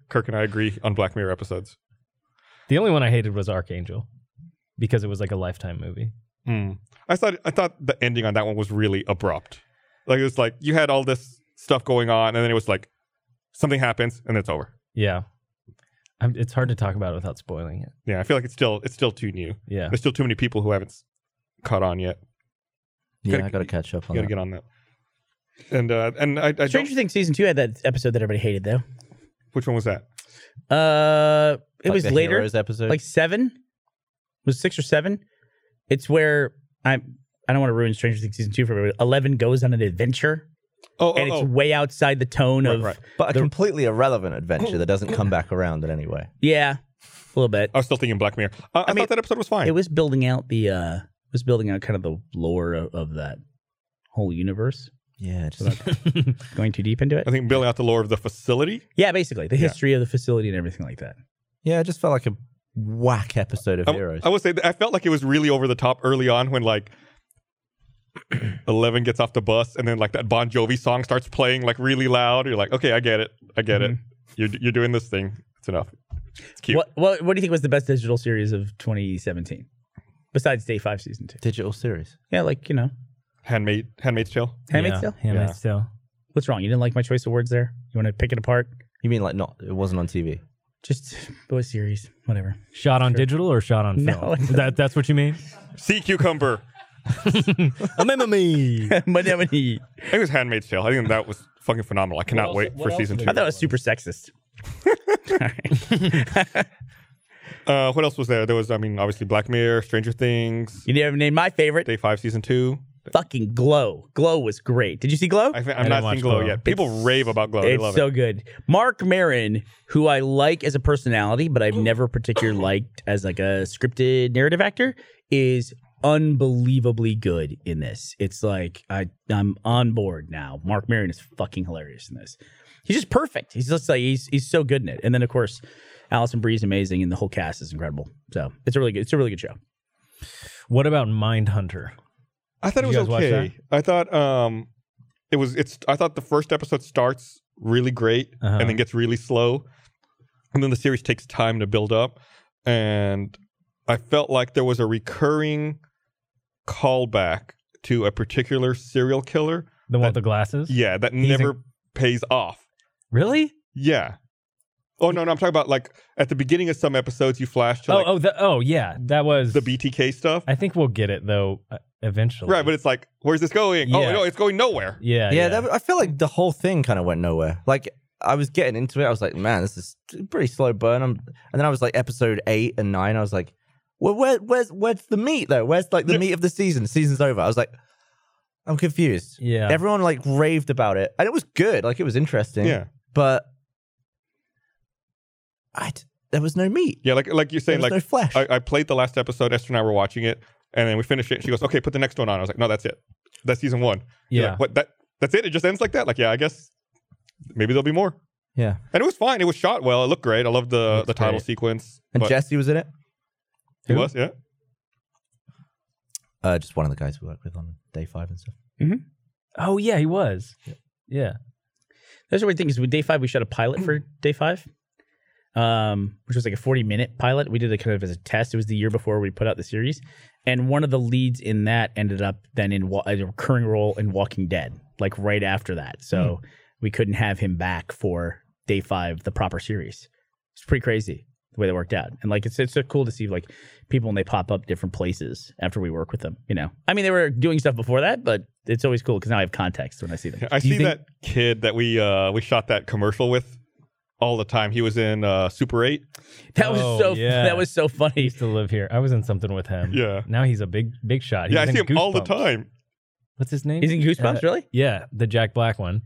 Kirk and I agree on Black Mirror episodes.
The only one I hated was Archangel because it was like a lifetime movie.
Mm. I thought I thought the ending on that one was really abrupt. Like it was like you had all this stuff going on, and then it was like something happens, and it's over.
Yeah. I'm, it's hard to talk about it without spoiling it.
Yeah, I feel like it's still it's still too new.
Yeah.
There's still too many people who haven't s- caught on yet.
Yeah,
Gotta-
I gotta catch up
You
on
got to
that.
get on that. And uh, and I, I don't,
Stranger Things season two had that episode that everybody hated though.
which one was that?
Uh, it
Like
was
the
later,
Heroes episode.
like seven, was six or seven. It's where I I don't want to ruin Stranger Things season two for everybody. Eleven goes on an adventure,
Oh, oh,
and it's
oh.
way outside the tone
Right,
of
right.
but a
the-
completely irrelevant adventure that doesn't come back around in any way.
yeah, a little bit.
I was still thinking Black Mirror. Uh, I,
I mean,
thought that episode was fine.
It was building out the uh, it was building out kind of the lore of, of that whole universe.
Yeah, just
Going too deep into it,
I think building out the lore of the facility.
yeah, basically the
Yeah.
history of the facility and everything like that.
yeah, it just felt like a whack episode of
I,
Heroes.
I would say that I felt like it was really over the top early on when like Eleven gets off the bus and then like that Bon Jovi song starts playing like really loud. You're like, okay, I get it, I get it. You're you're doing this thing. It's enough. It's cute.
What, what what do you think was the best digital series of 2017? Besides day five, season two.
Digital series.
Yeah, like, you know,
Handmaid, Handmaid's Tale.
Handmaid's
yeah,
Tale.
Handmaid's Tale.
What's wrong? You didn't like my choice of words there? You want to pick it apart?
You mean like not? It wasn't on TV.
Just boy series, whatever.
Shot on digital or shot on film?
No, it doesn't.
that, that's what you mean?
Sea Cucumber.
me.
Anemone.
I think it was Handmaid's Tale. I think that was fucking phenomenal. I cannot
else-
wait
what
for
else
season
did
two.
I thought it was super sexist.
Uh, what else was there? There was, I mean, obviously Black Mirror, Stranger Things,
You never named my favorite.
Day Five, Season Two.
Fucking Glow. Glow was great. Did you see Glow?
I think,
I
I'm
didn't
not
watch
seeing Glow
Glow.
yet. People rave about Glow. They
it's
love
so
it.
good. Mark Marin, who I like as a personality, but I've never particularly liked as like a scripted narrative actor, is unbelievably good in this. It's like I I'm on board now. Mark Marin is fucking hilarious in this. He's just perfect. He's just like he's he's so good in it. And then of course, Allison Bree's amazing, and the whole cast is incredible. So it's a really good it's a really good show.
what about Mindhunter?
I thought it
You
was
guys watch
okay. I thought um, it was. It's. I thought the first episode starts really great
Uh-huh.
and then gets really slow, and then the series takes time to build up. And I felt like there was a recurring callback to a particular serial killer.
The one
That-
with the glasses?
Yeah, that
He's in-
never pays off.
Really?
Yeah. Oh no, no, I'm talking about like at the beginning of some episodes, you flash to
Oh,
like
oh, the, oh, yeah. That was
the BTK stuff,
I think we'll get it though uh, eventually.
right? But it's like, where's this going? Oh
Yeah.
no, it's going nowhere.
yeah,
yeah, That, I feel like the whole thing kind of went nowhere. Like I was getting into it, I was like, man, this is pretty slow burn. I'm, and then I was like, episode eight and nine, I was like, well, where, where's where's the meat though? Where's like the meat of the season? Season's over. I was like, I'm confused.
yeah.
Everyone like raved about it, and it was good. Like it was interesting.
Yeah,
but I d- there was no meat.
yeah, like like you're
There
saying,
was
like
no flesh.
I, I played the last episode. Esther and I were watching it, and then we finished it. And she goes, "Okay, put the next one on." I was like, "No, that's it. That's season one." You're
yeah.
like, what? That that's it. It just ends like that. Like, yeah, I guess maybe there'll be more.
yeah,
And it was fine. It was shot well. It looked great. I loved the
Looks
the title
great.
sequence.
and
but-
Jesse was in it.
he was, yeah.
Uh, just one of the guys we work with on day five and stuff.
Oh yeah, he was. Yeah.
That's the weird thing is with day five we shot a pilot for day five, um, which was like a forty minute pilot. We did it kind of as a test. It was the year before we put out the series, and one of the leads in that ended up then in wa- a recurring role in Walking Dead, like right after that. So we couldn't have him back for day five, the proper series. It's pretty crazy the way that worked out, and like it's it's so cool to see like people when they pop up different places after we work with them. You know, I mean they were doing stuff before that, but it's always cool because now I have context when I see them.
I
Do you
see
think-
that kid that we uh we shot that commercial with all the time. He was in uh Super 8.
That was
Oh,
so
yeah.
that was so
He
funny.
used to live here. I was in something with him.
Yeah.
Now he's a big big shot. He
yeah, I
was
see him
in
all the
Goosebumps.
time.
What's his name?
He's in Goosebumps,
Uh,
really?
Yeah, the Jack Black one.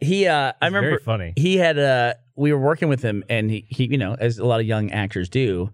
He uh I
It's very
remember
funny.
he had uh we were working with him and he, he you know, as a lot of young actors do,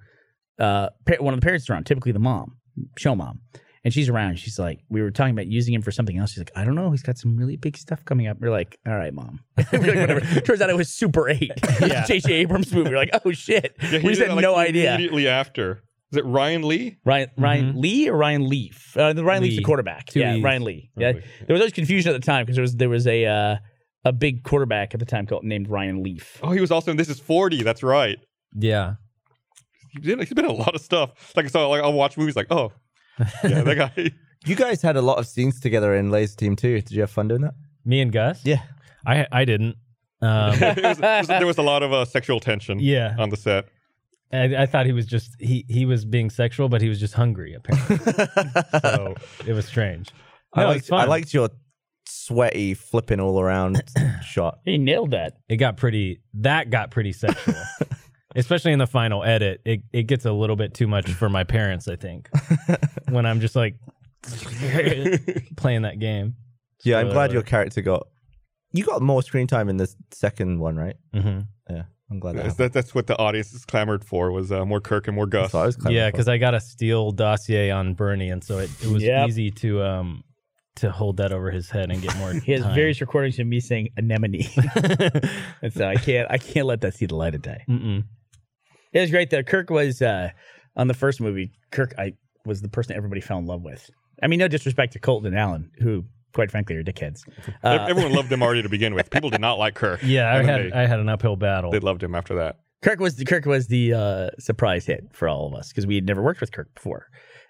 uh pa- one of the parents is around, typically the mom, show mom. And she's around. She's like, we were talking about using him for something else. She's like, I don't know. He's got some really big stuff coming up. We're like, all right, mom. We're like, whatever. Turns out it was Super Eight,
Yeah.
J.J. Abrams movie. We're like, oh shit.
Yeah, he
we just had
did that, like,
no idea.
Immediately after. Is it Ryan Lee?
Ryan Ryan Lee or Ryan Leaf? Uh, the Ryan Leaf's the
Mm-hmm. Lee.
quarterback.
Two
yeah,
E's.
Ryan Lee. Yeah, There was always confusion at the time because there was there was a uh, a big quarterback at the time called named Ryan Leaf.
Oh, he was also in This Is 40. That's right.
Yeah.
He did, he's been in a lot of stuff. Like, so like, I'll watch movies like, oh, yeah, that guy.
You guys had a lot of scenes together in Laser Team too. Did you have fun doing that?
Me and Gus?
Yeah.
I I didn't. Um
It was- it was- there was a lot of uh, sexual tension
Yeah.
on the set.
I, I thought he was just he he was being sexual, but he was just hungry apparently. so it was strange.
I
No,
liked
it's fun.
I liked your sweaty flipping all around shot.
He nailed that.
it got pretty that got pretty sexual especially in the final edit it, it gets a little bit too much for my parents i think when i'm just like playing that game
Yeah, I'm
Spoiler
glad
alert.
your character got you got more screen time in the second one, right?
Mhm.
Yeah, I'm glad that.
That's,
happened.
that, that's what the audience is clamored for was uh, more Kirk and more Gus.
That's what I was kind of
yeah
for.
because i got a steel dossier on bernie and so it, it was
Yep.
easy to um to hold that over his head and get more
He has
time.
various recordings of me saying anemone, and so I can't I can't let that see the light of day.
Mm-mm.
It was great though. Kirk was uh, on the first movie. Kirk I was the person everybody fell in love with. I mean, no disrespect to Colton and Allen, who quite frankly are dickheads.
Ev-
Uh,
Everyone loved him already to begin with. People did not like Kirk.
yeah i
And then
had
they,
i had an uphill battle
they loved him after that.
Kirk was the Kirk was the uh, surprise hit for all of us because we had never worked with Kirk before,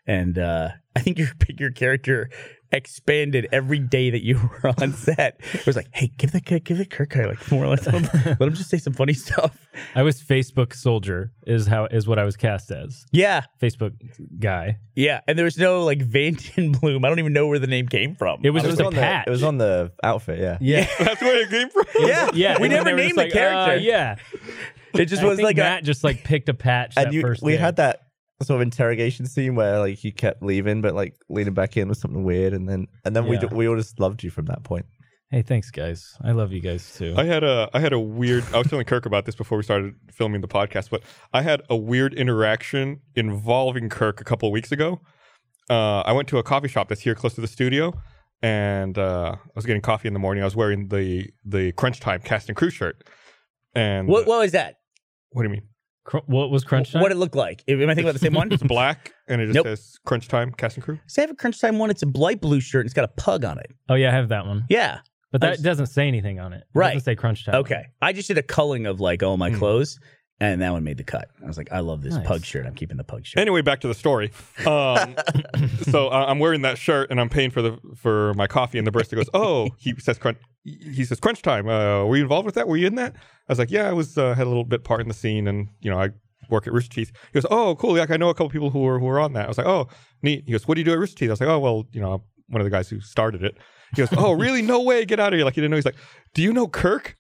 and uh, I think your your character expanded every day that you were on set. It was like, hey, give the kid- give the Kirk guy like more or less, let him, let him just say some funny stuff.
I was Facebook soldier is how is what I was cast as.
Yeah,
Facebook guy.
yeah, and there was no like Vandenbloom. I don't even know where the name came from.
It was
It
just
was,
a
on the,
patch.
it was on the outfit, yeah.
yeah.
That's where it came from.
yeah,
Yeah,
We
and then
never
they were
named
just
the
like,
character.
Uh, yeah,
It just
I
was
think
like a,
Matt just like picked a patch
and
that
you,
first.
we
day.
had that sort of interrogation scene where like you kept leaving, but like leaning back in was something weird, and then and then we
Yeah.
d- we all just loved you from that point.
Hey, thanks guys. I love you guys too.
I had a I had a weird. I was telling Kirk about this before we started filming the podcast, but I had a weird interaction involving Kirk a couple of weeks ago. Uh, I went to a coffee shop that's here close to the studio, and uh, I was getting coffee in the morning. I was wearing the the Crunch Time cast and crew shirt. And
What what was that?
what do you mean?
Cr- what was crunch time?
What it looked like? Am I thinking about the same one?
It's black, and it just
Nope.
says Crunch Time cast and crew.
Say I have a crunch time one. It's a light blue shirt and it's got a pug on it.
oh yeah, I have that one.
Yeah.
But
I
that
just-
doesn't say anything on it. it
Right.
Doesn't say crunch time.
Okay. I just did a culling of like all my
Hmm.
clothes, and that one made the cut. I was like, I love this
Nice.
pug shirt. I'm keeping the pug shirt.
Anyway, back to the story. Um, so I I'm wearing that shirt and I'm paying for the for my coffee, and the barista goes, "Oh," he says, "Crunch." He says, "Crunch time." Uh, were you involved with that? Were you in that? I was like, "Yeah, I was. Uh, had a little bit part in the scene, and you know, I work at Rooster Teeth." He goes, "Oh, cool. Like I know a couple people who were who were on that." I was like, "Oh, neat." He goes, "What do you do at Rooster Teeth?" I was like, "Oh, well, you know, I'm one of the guys who started it." He goes, "Oh, really? No way! Get out of here!" Like he didn't know. He's like, "Do you know Kirk?"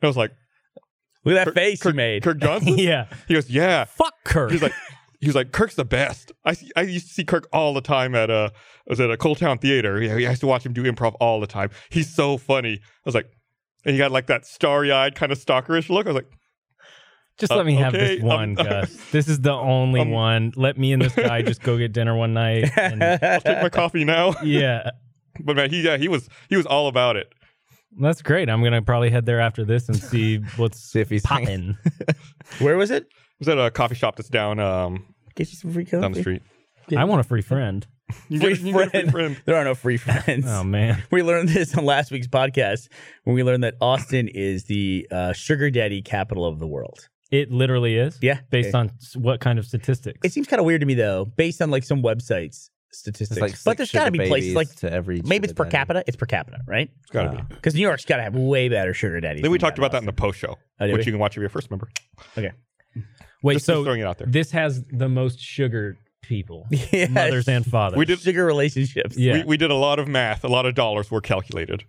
I was like,
Look at that
Kirk-
face
Kirk,
you made.
Kirk Johnson."
yeah.
He goes, "Yeah."
Fuck Kirk.
He's like, he was like, Kirk's the best. I see, I used to see Kirk all the time at uh, I was at a Cold Town Theater. Yeah, I used to watch him do improv all the time. He's so funny. I was like, and he got like that starry-eyed kind of stalkerish look. I was like,
just
uh,
let me have
okay,
this
um,
one, Gus. This is the only
um,
one. Let me and this guy just go get dinner one night. And,
I'll take my coffee now.
yeah.
But man, he yeah, he was he was all about it.
That's great. I'm gonna probably head there after this and see what's
See if he's
popping.
Where was it?
It was at a coffee shop that's down um
Get you some free
down the
coffee.
street.
I want a free friend.
You
Free
get- you get a
friend.
friend.
There are no free friends.
Oh man.
we learned this on last week's podcast when we learned that Austin is the uh, sugar daddy capital of the world.
It literally is.
Yeah.
Based
Okay.
on s- what kind of statistics?
It seems kind of weird to me though, based on like some websites statistics.
It's like
but
six
there's got to
sugar
be places
babies
like
to every
maybe it's per
sugar daddy.
capita. It's per capita, right?
It's gotta be.
Wow.
Because New York's got to have way better sugar daddies.
Then we
than
talked
got
about that in the post show,
Oh, did
which
we?
you can watch if you're a first member.
Wait.
Just, just
so
throwing it out there.
this has the most sugar people,
in Austin. Yes.
mothers and fathers.
We did-
sugar relationships.
Yeah.
We, we did a lot of math. A lot of dollars were calculated.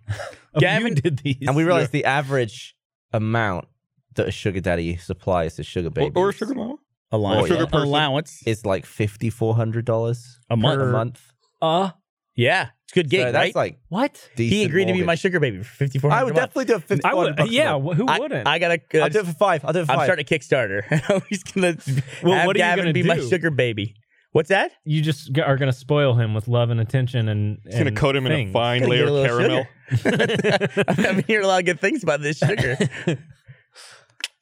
Oh,
Gavin-
you did these.
And we realized the average amount that a sugar daddy supplies to sugar
Or,
babies
or sugar mama.
Allowance.
Or sugar
Yeah.
person.
Allowance.
is like fifty four hundred dollars
A month.
A month.
Uh,
Yeah. It's a good gig,
so that's
right?
like
what?
he
decent
agreed to be my
mortgage.
sugar baby for 54
I would definitely do it. for
I
500
would.
bucks a
Yeah.
month.
wh- Who
I,
wouldn't?
I got a.
I'll do it for five. I'll do it for
I'm
five.
starting a Kickstarter. He's gonna
Well,
have
what are you
Gavin
gonna
be my
do?
sugar baby. What's that?
you just g- are going to spoil him with love and attention and
It's gonna
and
coat him in a
things.
fine
Gotta get
layer
a
of
little
caramel.
sugar. I'm hearing a lot of good things about this sugar.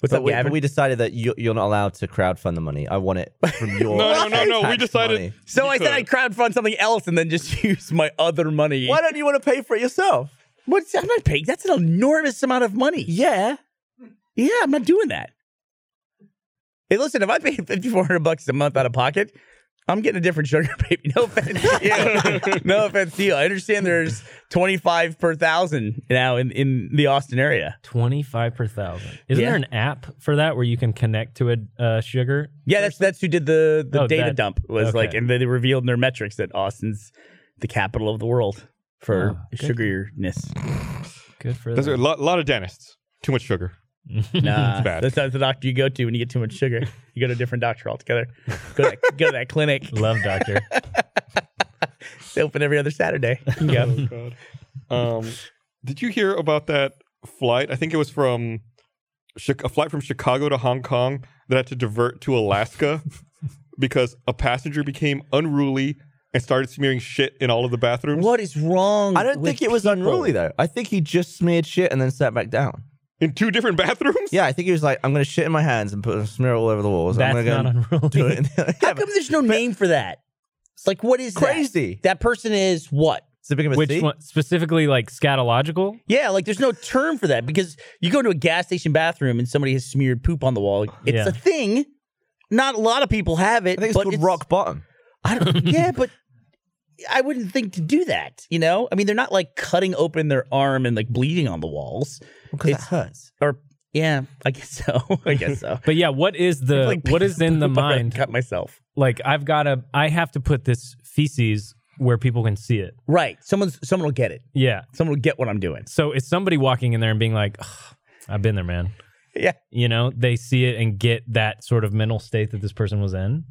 What's
But
up,
we, but
Gavin?
we decided that you, you're not allowed to crowdfund the money. I want it from your
No, no, no, no. We
tax
decided.
money.
so I said
could.
I'd crowdfund something else and then just use my other money.
Why don't you want to pay for it yourself?
What's, I'm not paying. That's an enormous amount of money.
Yeah.
Yeah, I'm not doing that. Hey, listen, if I pay 5400 bucks a month out of pocket, I'm getting a different sugar baby. No offense to you. no offense to you. I understand there's 25 per thousand now in, in the Austin area.
25 per thousand. Isn't
Yeah.
there an app for that where you can connect to a uh, sugar?
Yeah, that's that's who did the, the
Oh,
data
that-
dump was
okay.
like, and they revealed in their metrics that Austin's the capital of the world for
Oh, good.
sugarness.
Good for
There's a
them.
lot, lot of dentists. Too much sugar.
Nah,
bad.
that's not the doctor you go to when you get too much sugar. You go to a different doctor altogether. Go to that, go to that clinic.
Love doctor.
They open every other Saturday. You can go.
God. Um, did you hear about that flight? I think it was from Chi- a flight from Chicago to Hong Kong that had to divert to Alaska because a passenger became unruly and started smearing shit in all of the bathrooms.
What is wrong?
I don't
with
think it was unruly though. I think he just smeared shit and then sat back down.
In two different bathrooms?
Yeah, I think he was like, I'm gonna shit in my hands and put smear it all over the walls.
That's
I'm gonna
not
go and
unruly.
do it. yeah,
How
but
come there's no name for that? It's like what is that?
crazy.
That? person is what?
It's a big of a
Which
thief.
one specifically like scatological?
Yeah, like there's no term for that because you go to a gas station bathroom and somebody has smeared poop on the wall. It's
Yeah.
a thing. Not a lot of people have it.
I think it's
but
called rock bottom.
I don't. yeah, but I wouldn't think to do that. You know, I mean, they're not like cutting open their arm and like bleeding on the walls.
Because it
It's-
hurts.
Or yeah, I guess so. I guess so.
But yeah, what is the
Like,
Uh, what is in the
I'm gonna
mind?
Cut myself.
Like I've got to I have to put this feces where people can see it.
Right. Someone's someone will get it.
Yeah.
Someone will get what I'm doing.
So it's somebody walking in there and being like, "Ugh, I've been there, man.
Yeah.
You know, they see it and get that sort of mental state that this person was in.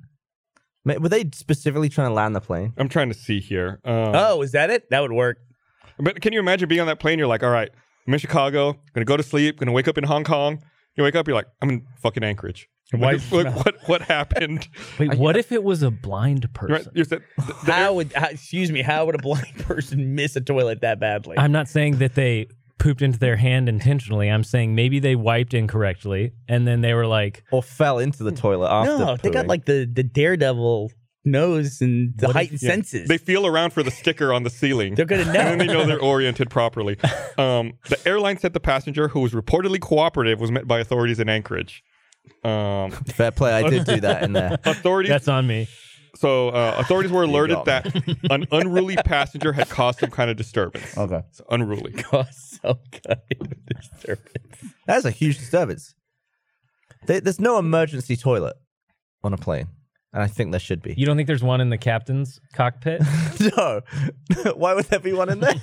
Ma- Were they specifically trying to land the plane?
I'm trying to see here. Um,
Oh, is that it? That would work.
But can you imagine being on that plane? You're like, all right, I'm in Chicago, gonna go to sleep, gonna wake up in Hong Kong. You wake up, you're like, I'm in fucking Anchorage.
Why-
Like, what, what, what happened?
Wait, what if it was a blind
You're right,
person?
you're said-
How would how, excuse me? How would a blind person miss a toilet that badly?
I'm not saying that they pooped into their hand intentionally. I'm saying maybe they wiped incorrectly and then they were like,
Or fell into the toilet after?
no, they got
pooing?
like the the daredevil nose and the heightened
yeah,
senses.
They feel around for the sticker on the ceiling.
They're gonna
And then
know.
they know they're oriented properly. Um, the airline said the passenger, who was reportedly cooperative, was met by authorities in Anchorage. Um,
Fair play. I did do that in there.
authorities
that's on me.
So uh, authorities were alerted
got
that an unruly passenger had caused some kind of disturbance.
Okay.
It's unruly.
Oh, so good. Disturbance.
That's a huge disturbance. There- There's no emergency toilet on a plane, and I think there should be.
You don't think there's one in the captain's cockpit
no, why would there be one in there?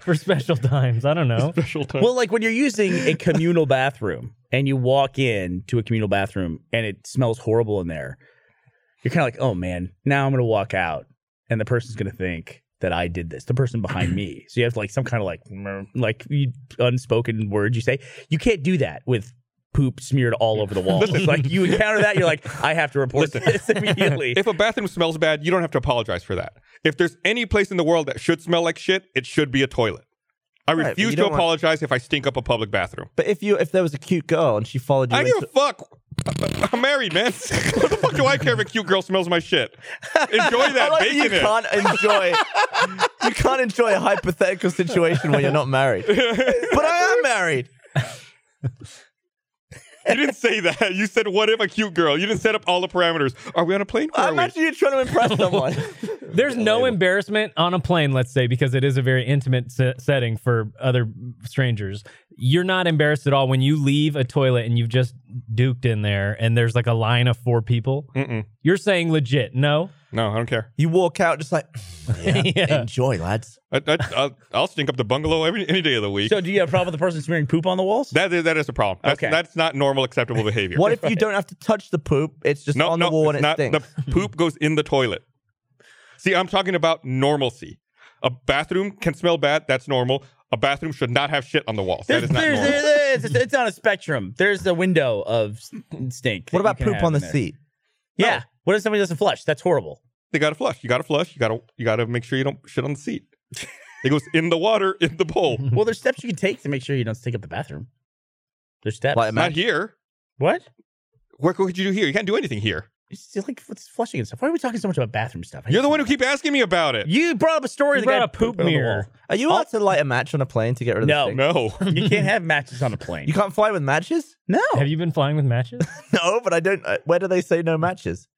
for special times? I don't know.
Special time.
Well, like when you're using a communal bathroom and you walk in to a communal bathroom and it smells horrible in there, you're kind of like, oh man, now I'm gonna walk out, and the person's gonna think that I did this. The person behind me. So you have like some kind of like mer- like you, unspoken words you say. You can't do that with poop smeared all over the walls. It's like you encounter that, you're like, I have to report
Listen.
this immediately.
if a bathroom smells bad, you don't have to apologize for that. If there's any place in the world that should smell like shit, it should be a toilet. I
Right, but
refuse
you
to
don't want-
apologize if I stink up a public bathroom.
But if you, if there was a cute girl and she followed you,
I
into,
give a fuck. I'm married, man. what the fuck do I care if a cute girl smells my shit? Enjoy
I
that
like that
bacon.
you
in it.
can't enjoy, you can't enjoy a hypothetical situation where you're not married. but I am married.
You didn't say that. You said, "What if a cute girl?" You didn't set up all the parameters. Are we on a plane? Where
I'm
are we?
actually trying to impress someone.
There's no embarrassment on a plane, let's say, because it is a very intimate se- setting for other strangers. You're not embarrassed at all when you leave a toilet and you've just duked in there and there's like a line of four people.
Mm-mm.
You're saying legit, no?
No, I don't care.
You walk out just like, yeah,
Yeah.
enjoy, lads.
I, I, I'll, I'll stink up the bungalow every any day of the week.
so do you have a problem with the person smearing poop on the walls?
that is that is a problem. That's,
Okay.
that's not normal acceptable behavior.
What if you don't have to touch the poop? It's just
No,
on
no,
the wall
it's
and it
not.
stinks.
The poop goes in the toilet. See, I'm talking about normalcy. A bathroom can smell bad. That's normal. A bathroom should not have shit on the walls. That
There's,
is not
there's,
normal.
there's- it's, it's on a spectrum. There's a window of s- stink. that
What
you
about
can
poop
have
on the
in there.
seat?
Yeah. What if somebody doesn't flush? That's horrible.
They gotta flush. You gotta flush. You gotta you gotta make sure you don't shit on the seat. it goes in the water in the bowl.
Well, there's steps you can take to make sure you don't stink up the bathroom. There's steps.
Like,
not
man,
here.
what?
What could you do here? You can't do anything here.
It's just like what's flushing and stuff. Why are we talking so much about bathroom stuff? I
You're the
hate
one who keep asking me about it.
You brought up a story.
You
that got
brought a poop
poop on the
mirror.
wall.
are you
Oh.
allowed to light a match on a plane to get rid of
No.
the stink?
No.
you can't have matches on a plane.
You can't fly with matches?
no.
Have you been flying with matches?
No, but I don't. uh, Where do they say no matches?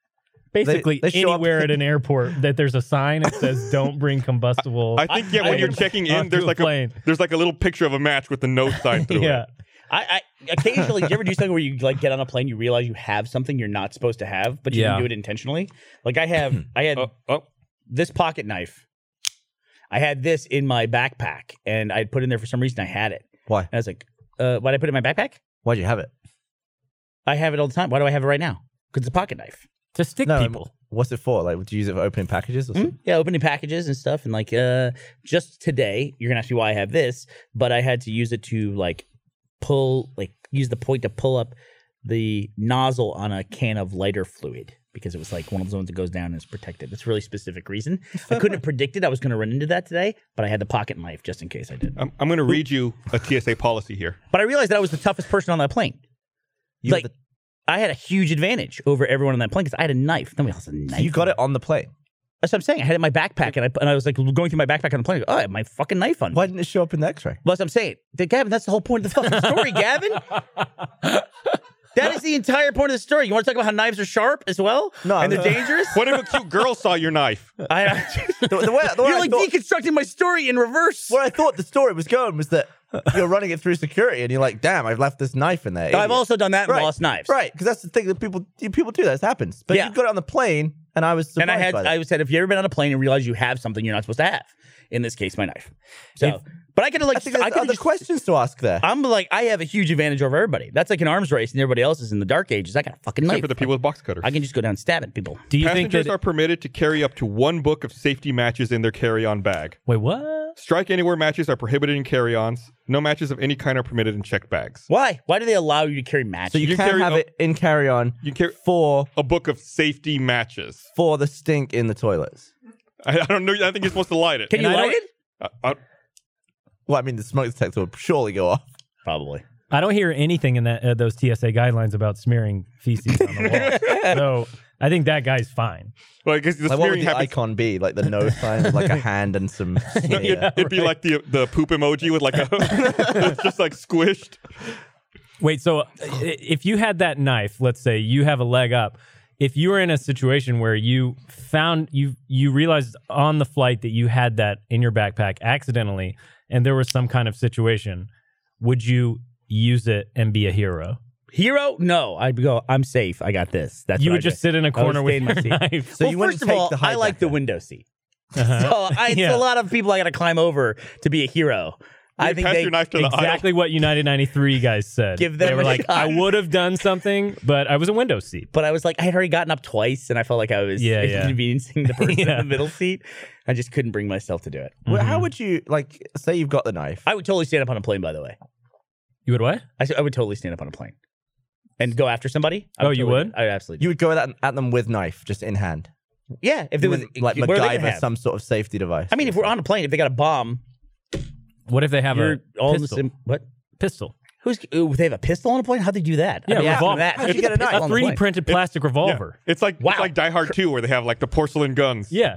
Basically,
they show up-
anywhere at an airport that there's a sign that says "Don't bring combustible."
I think yeah.
I
When you're
heard-
checking
onto
in, there's
a
like a
plane.
there's like a little picture of a match with the no sign through
yeah.
it.
I, I occasionally do you ever do something where you like get on a plane, you realize you have something you're not supposed to have, but you
Yeah.
didn't do it intentionally. Like I have, I had
Oh, oh,
this pocket knife. I had this in my backpack, and I had put it in there for some reason. I had it,
Why?
and I was like, uh, "Why did I put it in my backpack?
Why'd you have it?
I have it all the time. Why do I have it right now? Because it's a pocket knife.
To stick
No, um,
people.
What's it for? Like, would you use it for opening packages
Hmm?
or something?
Yeah, opening packages and stuff. And like, uh, just today, you're gonna ask me why I have this, but I had to use it to like pull, like use the point to pull up the nozzle on a can of lighter fluid because it was like one of those ones that goes down and is protected. That's a really specific reason. I couldn't have predicted I was gonna run into that today, but I had the pocket knife just in case I did.
I'm, I'm going to read you a TSA policy here.
But I realized that I was the toughest person on that plane.
You,
like,
the-
I had a huge advantage over everyone on that plane because I had a knife. Nobody else had a knife.
you got it on the plane.
That's what I'm saying. I had it in my backpack, and I and I was like going through my backpack on the plane. Oh, I had my fucking knife on. me.
Why didn't it show up in the X-ray?
Well, that's what I'm saying. The- Gavin, that's the whole point of the fucking story, Gavin. That is the entire point of the story. You want to talk about how knives are sharp as well?
No,
and they're
no.
dangerous.
What if a cute girl saw your knife?
I,
The, the way, the way
you're
I
like
thought,
deconstructing my story in reverse.
where I thought the story was going was that you're running it through security and you're like, damn, I've left this knife in there.
I've
idiot.
also done that and
Right,
lost knives.
Right, because that's the thing that people people do that. It happens. But
Yeah.
you got it on the plane, and I was
and
surprised
I had
by that.
I said, if you ever been on a plane and realize you have something you're not supposed to have, in this case, my knife. So, but I could have like
I think there's
could've
other
just-
questions to ask there.
I'm like I have a huge advantage over everybody. That's like an arms race, and everybody else is in the dark ages. I got a fucking
Except
knife.
for the people with box cutters.
I can just go down stabbing people.
Do you think
Passengers
that?
are permitted to carry up to one book of safety matches in their carry-on bag.
wait, what?
Strike anywhere matches are prohibited in carry-ons. No matches of any kind are permitted in checked bags.
Why? Why do they allow you to carry matches?
so you,
you
can
carry
have
a-
it in carry on
You carry
for
a book of safety matches.
for the stink in the toilets.
I, I don't know. I think you're supposed to light it.
can you
And I
light
don't-
it?
I, I,
Well, I mean, the smoke detector would surely go off.
Probably.
I don't hear anything in that uh, those TSA guidelines about smearing feces on the wall. so I think that guy's fine.
well, I guess the
Like, what would
smearing
the
happens.
icon be? Like the nose sign, with, like a hand and some.
No, it'd,
smear.
it'd be like the the poop emoji with like a it's just like squished.
Wait, so uh, i- if you had that knife, let's say you have a leg up, if you were in a situation where you found you you realized on the flight that you had that in your backpack accidentally, and there was some kind of situation, would you use it and be a hero?
Hero? No. I'd go. I'm safe. I got this. That's
you
what
would
I'd
just
do.
sit in a
I would
corner
stay
with
in my
your
seat.
knife.
So
well,
you wouldn't
first of
take
all,
the high
I like the
backpack.
window seat.
Uh-huh.
So I,
Yeah.
it's a lot of people I got to climb over to be a hero. I
You
think
pass
they
your knife to the aisle.
Exactly what United 93 guys said.
Give them
they were
a
like,
shot.
I would have done something, but I was a window seat.
but I was like, I had already gotten up twice, and I felt like I was
Yeah, yeah.
inconveniencing the person
Yeah.
in the middle seat. I just couldn't bring myself to do it.
Well, How would you like? Say you've got the knife.
I would totally stand up on a plane, by the way.
You would what?
I, s- I would totally stand up on a plane and go after somebody. I
Oh, you
totally-
would?
I absolutely.
you would go at, at them with knife, just in hand.
yeah, if there was
With, like
what are they gonna
MacGyver,
have?
some sort of safety device.
I mean, if we're on a plane, if they got a bomb,
What if they have
you're
a
all in the
pistol?
same. What?
Pistol.
Who's? Ooh, they have a pistol on a plane? How'd they do that?
Yeah,
I'd be asking
revolver.
That. How'd
How'd
you
you
get a
get a
pistol
knife?
A
on the
3D
plane?
printed plastic
Yeah.
revolver.
It's like
Wow.
it's like Die Hard 2 where they have like the porcelain guns.
Yeah.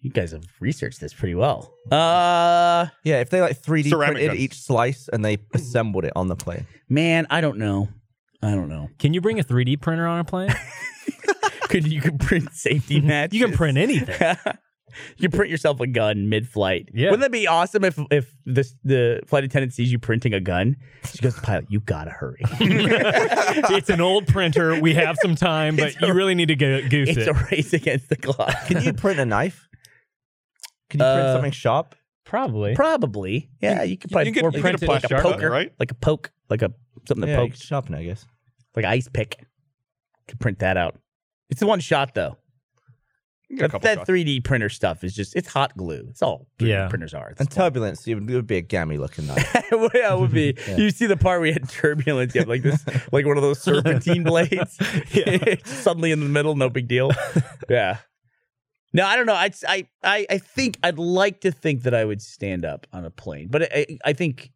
You guys have researched this pretty well. Uh,
yeah, if they like 3D
Ceramic
printed
guns.
each slice and they assembled it on the plane.
man, I don't know. I don't know.
Can you bring a 3D printer on a plane?
Could you could print safety matches?
you can print anything.
you print yourself a gun mid-flight.
Yeah.
Wouldn't that be awesome if if the the flight attendant sees you printing a gun? She goes, "Pilot, you gotta hurry.
it's an old printer. We have some time, but
It's a-
you really need to go- goose
it's
it.
a race against the clock."
Can you print a knife? Can you print
Uh,
something sharp?
Probably.
Probably, yeah. You could probably
you could-
or
you could
print it
apply
like a
sharp
poker,
gun, right?
Like a poke, like a something that
Yeah, you
pokes,
could sharpen, it, I guess.
like an ice pick. Could print that out. It's the one shot though.
You get a
That,
couple
that
shots.
3D printer stuff is just it's hot glue. It's all 3D
Yeah.
printers are. It's
And turbulence, it would, it would be a gammy looking knife.
Well, yeah, it would be.
Yeah.
You see the part where you had turbulence. You have like this, like one of those serpentine blades. Suddenly in the middle, no big deal. yeah. No, I don't know. I'd, I, I, I think I'd like to think that I would stand up on a plane, but I, I think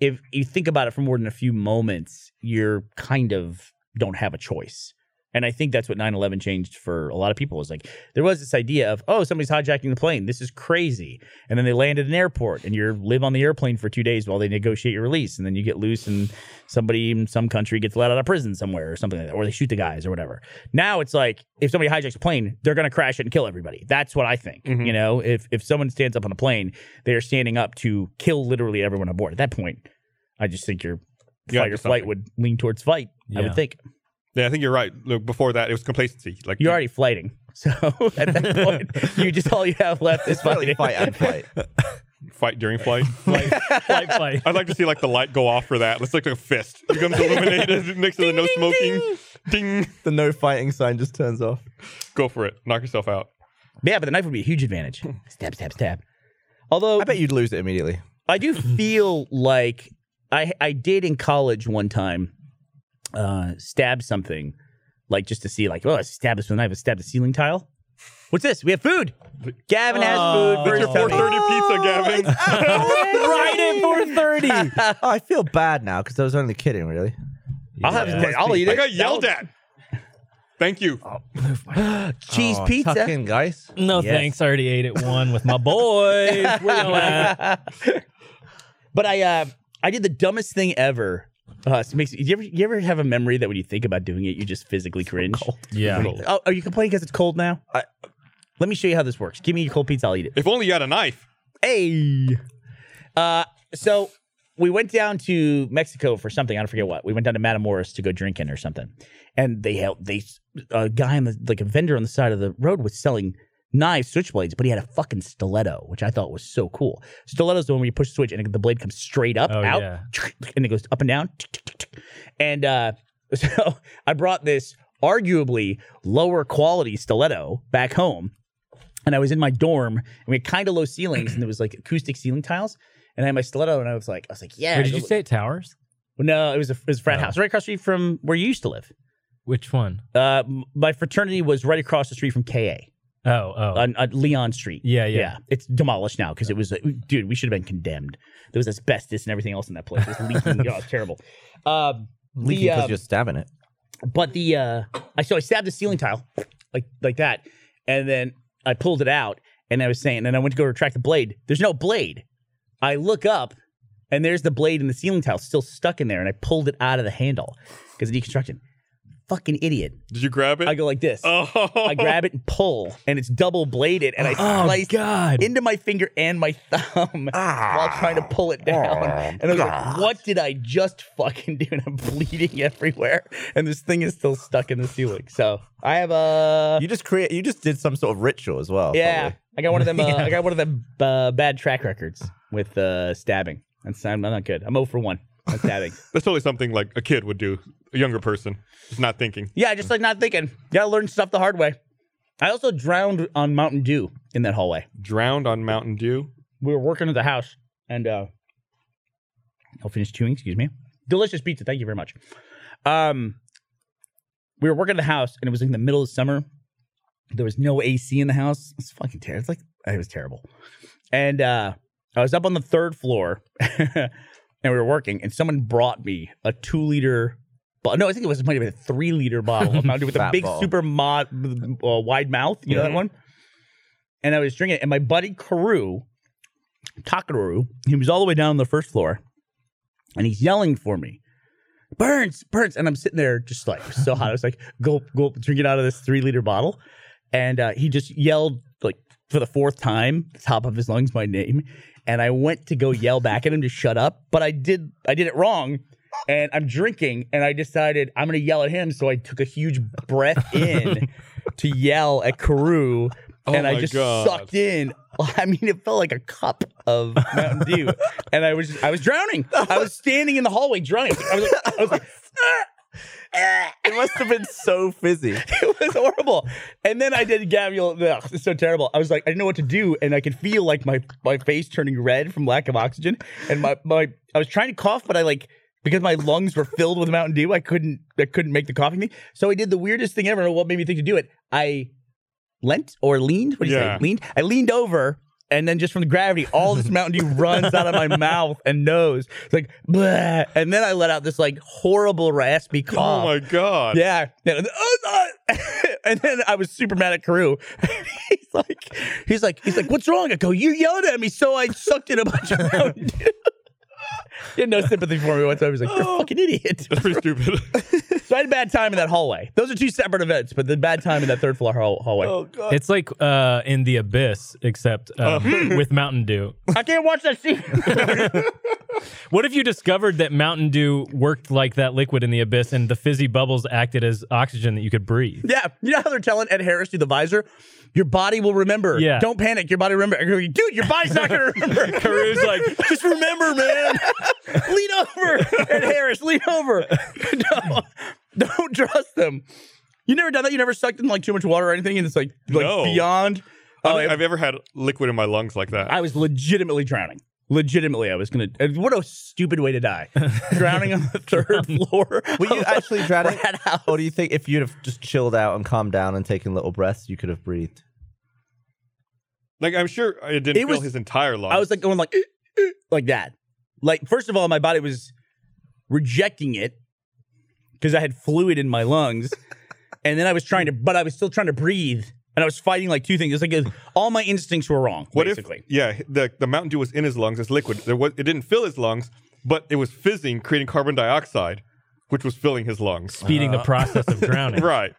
if you think about it for more than a few moments, you're kind of don't have a choice. And I think that's what 9-11 changed for a lot of people. Is like there was this idea of, oh, somebody's hijacking the plane. This is crazy. And then they land at an airport and you live on the airplane for two days while they negotiate your release. And then you get loose and somebody in some country gets let out of prison somewhere or something like that. Or they shoot the guys or whatever. Now it's like if somebody hijacks a plane, they're gonna crash it and kill everybody. That's what I think.
Mm-hmm.
Mhm.
You know, if if someone stands up on a plane, they are standing up to kill literally everyone aboard. At that point, I just think your
You gotta
fight
do
or flight
something.
would lean towards fight. I
Yeah.
would think.
Yeah, I think you're right. Look, before that, it was complacency. Like
You're already flighting. So at that point, you just all you have left is
it's really
fighting.
fight and flight.
fight during flight.
Flight, flight.
I'd like to see like the light go off for that. Let's look like a fist. It becomes illuminated next to the no smoking. Ding.
The no fighting sign just turns off.
Go for it. Knock yourself out.
Yeah, but the knife would be a huge advantage. Stab, stab, stab. Although
I bet you'd lose it immediately.
I do feel like I I did in college one time uh stab something like just to see like oh I stabbed this with a knife I stabbed the ceiling tile. What's this? We have food. Gavin has food.
That's
Very
your
tummy.
430 pizza, Gavin.
right
at 4:30.
I feel bad now because I was only kidding, really.
I'll have it. I'll eat it. Oh.
I got yelled at. Thank you.
Cheese
Aw,
pizza.
Oh, Tuck in, guys.
No
Yes.
thanks. I already ate at one with my boys. We're going
but I uh, I did the dumbest thing ever Uh, it makes you ever you ever have a memory that when you think about doing it, you just physically cringe.
Yeah.
Oh, are you complaining because it's cold now? I, let me show you how this works. Give me your cold pizza. I'll eat it.
If only you had a knife.
Hey. Uh, so we went down to Mexico for something. I don't forget what. We went down to Matamoros to go drinking or something, and they held they a guy on the like a vendor on the side of the road was selling knives, switchblades, but he had a fucking stiletto, which I thought was so cool. Stiletto's the one where you push the switch and the blade comes straight up
Oh,
out,
yeah.
and it goes up and down. And uh, so I brought this arguably lower quality stiletto back home and I was in my dorm and we had kind of low ceilings and there was like acoustic ceiling tiles and I had my stiletto and I was like I was like yeah
Wait, did
go
you Oh.
look-
say it towers?
no it was a, it was a frat
No.
house right across the street from where you used to live
Which one?
uh m- my fraternity was right across the street from KA
Oh, oh.
on, on Leon Street
yeah, yeah,
it's demolished now because it was like, dude we should have been condemned there was asbestos and everything else in that place it was leaking oh it's terrible um
Leaking
the,
because
um,
you're stabbing it.
but the uh I so I stabbed the ceiling tile like like that, and then I pulled it out and I was saying, and I went to go retract the blade. There's no blade. I look up and there's the blade in the ceiling tile still stuck in there, and I pulled it out of the handle because of deconstruction. Fucking idiot.
Did you grab it?
I go like this.
oh,
I grab it and pull, and it's double bladed, and I
Oh
slice
God!
into my finger and my thumb while
Ah.
trying to pull it down. and I was like, what did I just fucking do? And I'm bleeding everywhere. And this thing is still stuck in the ceiling. So I have a.
You just create. You just did some sort of ritual as well.
yeah.
probably.
I got one of them. Uh, I got one of them uh, bad track records with uh, stabbing. That's I'm not good. I'm 0 for 1 on stabbing.
That's totally something like a kid would do, a younger person, just not thinking.
yeah, just like not thinking. Gotta learn stuff the hard way. I also drowned on Mountain Dew in that hallway.
Drowned on Mountain Dew.
we were working at the house and uh I'll finish chewing, excuse me. Delicious pizza, thank you very much. Um we were working at the house and it was in the middle of summer. There was no AC in the house. It's fucking terrible. It's like it was terrible. And uh I was up on the third floor and we were working and someone brought me a two liter bo- no, I think it was it might have been a three liter bottle of Mountain Dew with a
Fat
big
ball.
super mod uh, wide mouth. You know that one? And I was drinking it, and my buddy Carew Takaru. He was all the way down on the first floor, and he's yelling for me, "Burns, Burns!" And I'm sitting there just like so hot. I was like, "Gulp, gulp!" Drinking out of this three liter bottle, and uh, he just yelled like for the fourth time, the top of his lungs, my name. And I went to go yell back at him to shut up, but I did. I did it wrong. And I'm drinking, and I decided I'm gonna yell at him. So I took a huge breath in to yell at Carew,
Oh
and I
my
just
God.
sucked in. I mean, it felt like a cup of Mountain Dew, and I was I was drowning. I was standing in the hallway drowning. I was like, I was like "Ah, ah."
It must have been so fizzy.
it was horrible. And then I did Gabriel. Ugh, it's so terrible. I was like, I didn't know what to do, and I could feel like my my face turning red from lack of oxygen, and my my I was trying to cough, but I like. Because my lungs were filled with Mountain Dew, I couldn't I couldn't make the coughing thing. So I did the weirdest thing ever. What made me think to do it? I leant or leaned. What do you
Yeah.
say? Leaned. I leaned over, and then just from the gravity, all this Mountain Dew runs out of my mouth and nose. It's like, bleh. and then I let out this like horrible raspy cough.
Oh my god.
Yeah. And, oh, no. and then I was super mad at Carew. he's like, he's like, he's like, what's wrong? I go, you yelled at me, so I sucked in a bunch of Mountain Dew. He had no sympathy for me whatsoever. He's like, you're a fucking idiot.
That's pretty stupid.
So I had a bad time in that hallway. Those are two separate events, but the bad time in that third floor hall- hallway.
It's like uh, in the abyss, except um,
Oh.
with Mountain Dew.
I can't watch that scene.
What if you discovered that Mountain Dew worked like that liquid in the abyss, and the fizzy bubbles acted as oxygen that you could breathe?
yeah. You know how they're telling Ed Harris through the visor? Your body will remember.
Yeah.
Don't panic. Your body will remember. I go, Dude, your body's not going to remember.
Carew's like,
Just remember, man. lean over. Ed Harris, lean over. no, don't trust them. You never done that? You never sucked in like too much water or anything? And it's like, like
No.
beyond.
I
Oh,
don't think
I,
I've ever had liquid in my lungs like that.
I was legitimately drowning. Legitimately, I was gonna. and What a stupid way to die! Drowning on the third floor.
Were you
of a
actually drowning?
frat house.
Or do you think if you'd have just chilled out and calmed down and taken little breaths, you could have breathed?
like I'm sure it didn't
It
fill
was-
his entire lungs.
I was like going like "Eh, eh," like that. Like first of all, my body was rejecting it because I had fluid in my lungs, and then I was trying to, but I was still trying to breathe, and I was fighting like two things. It's like it was- all my instincts were wrong.
what
basically.
if? Yeah, the the Mountain Dew was in his lungs. It's liquid. There was it didn't fill his lungs. but it was fizzing, creating carbon dioxide, which was filling his lungs.
speeding the process of drowning.
Uh. Right.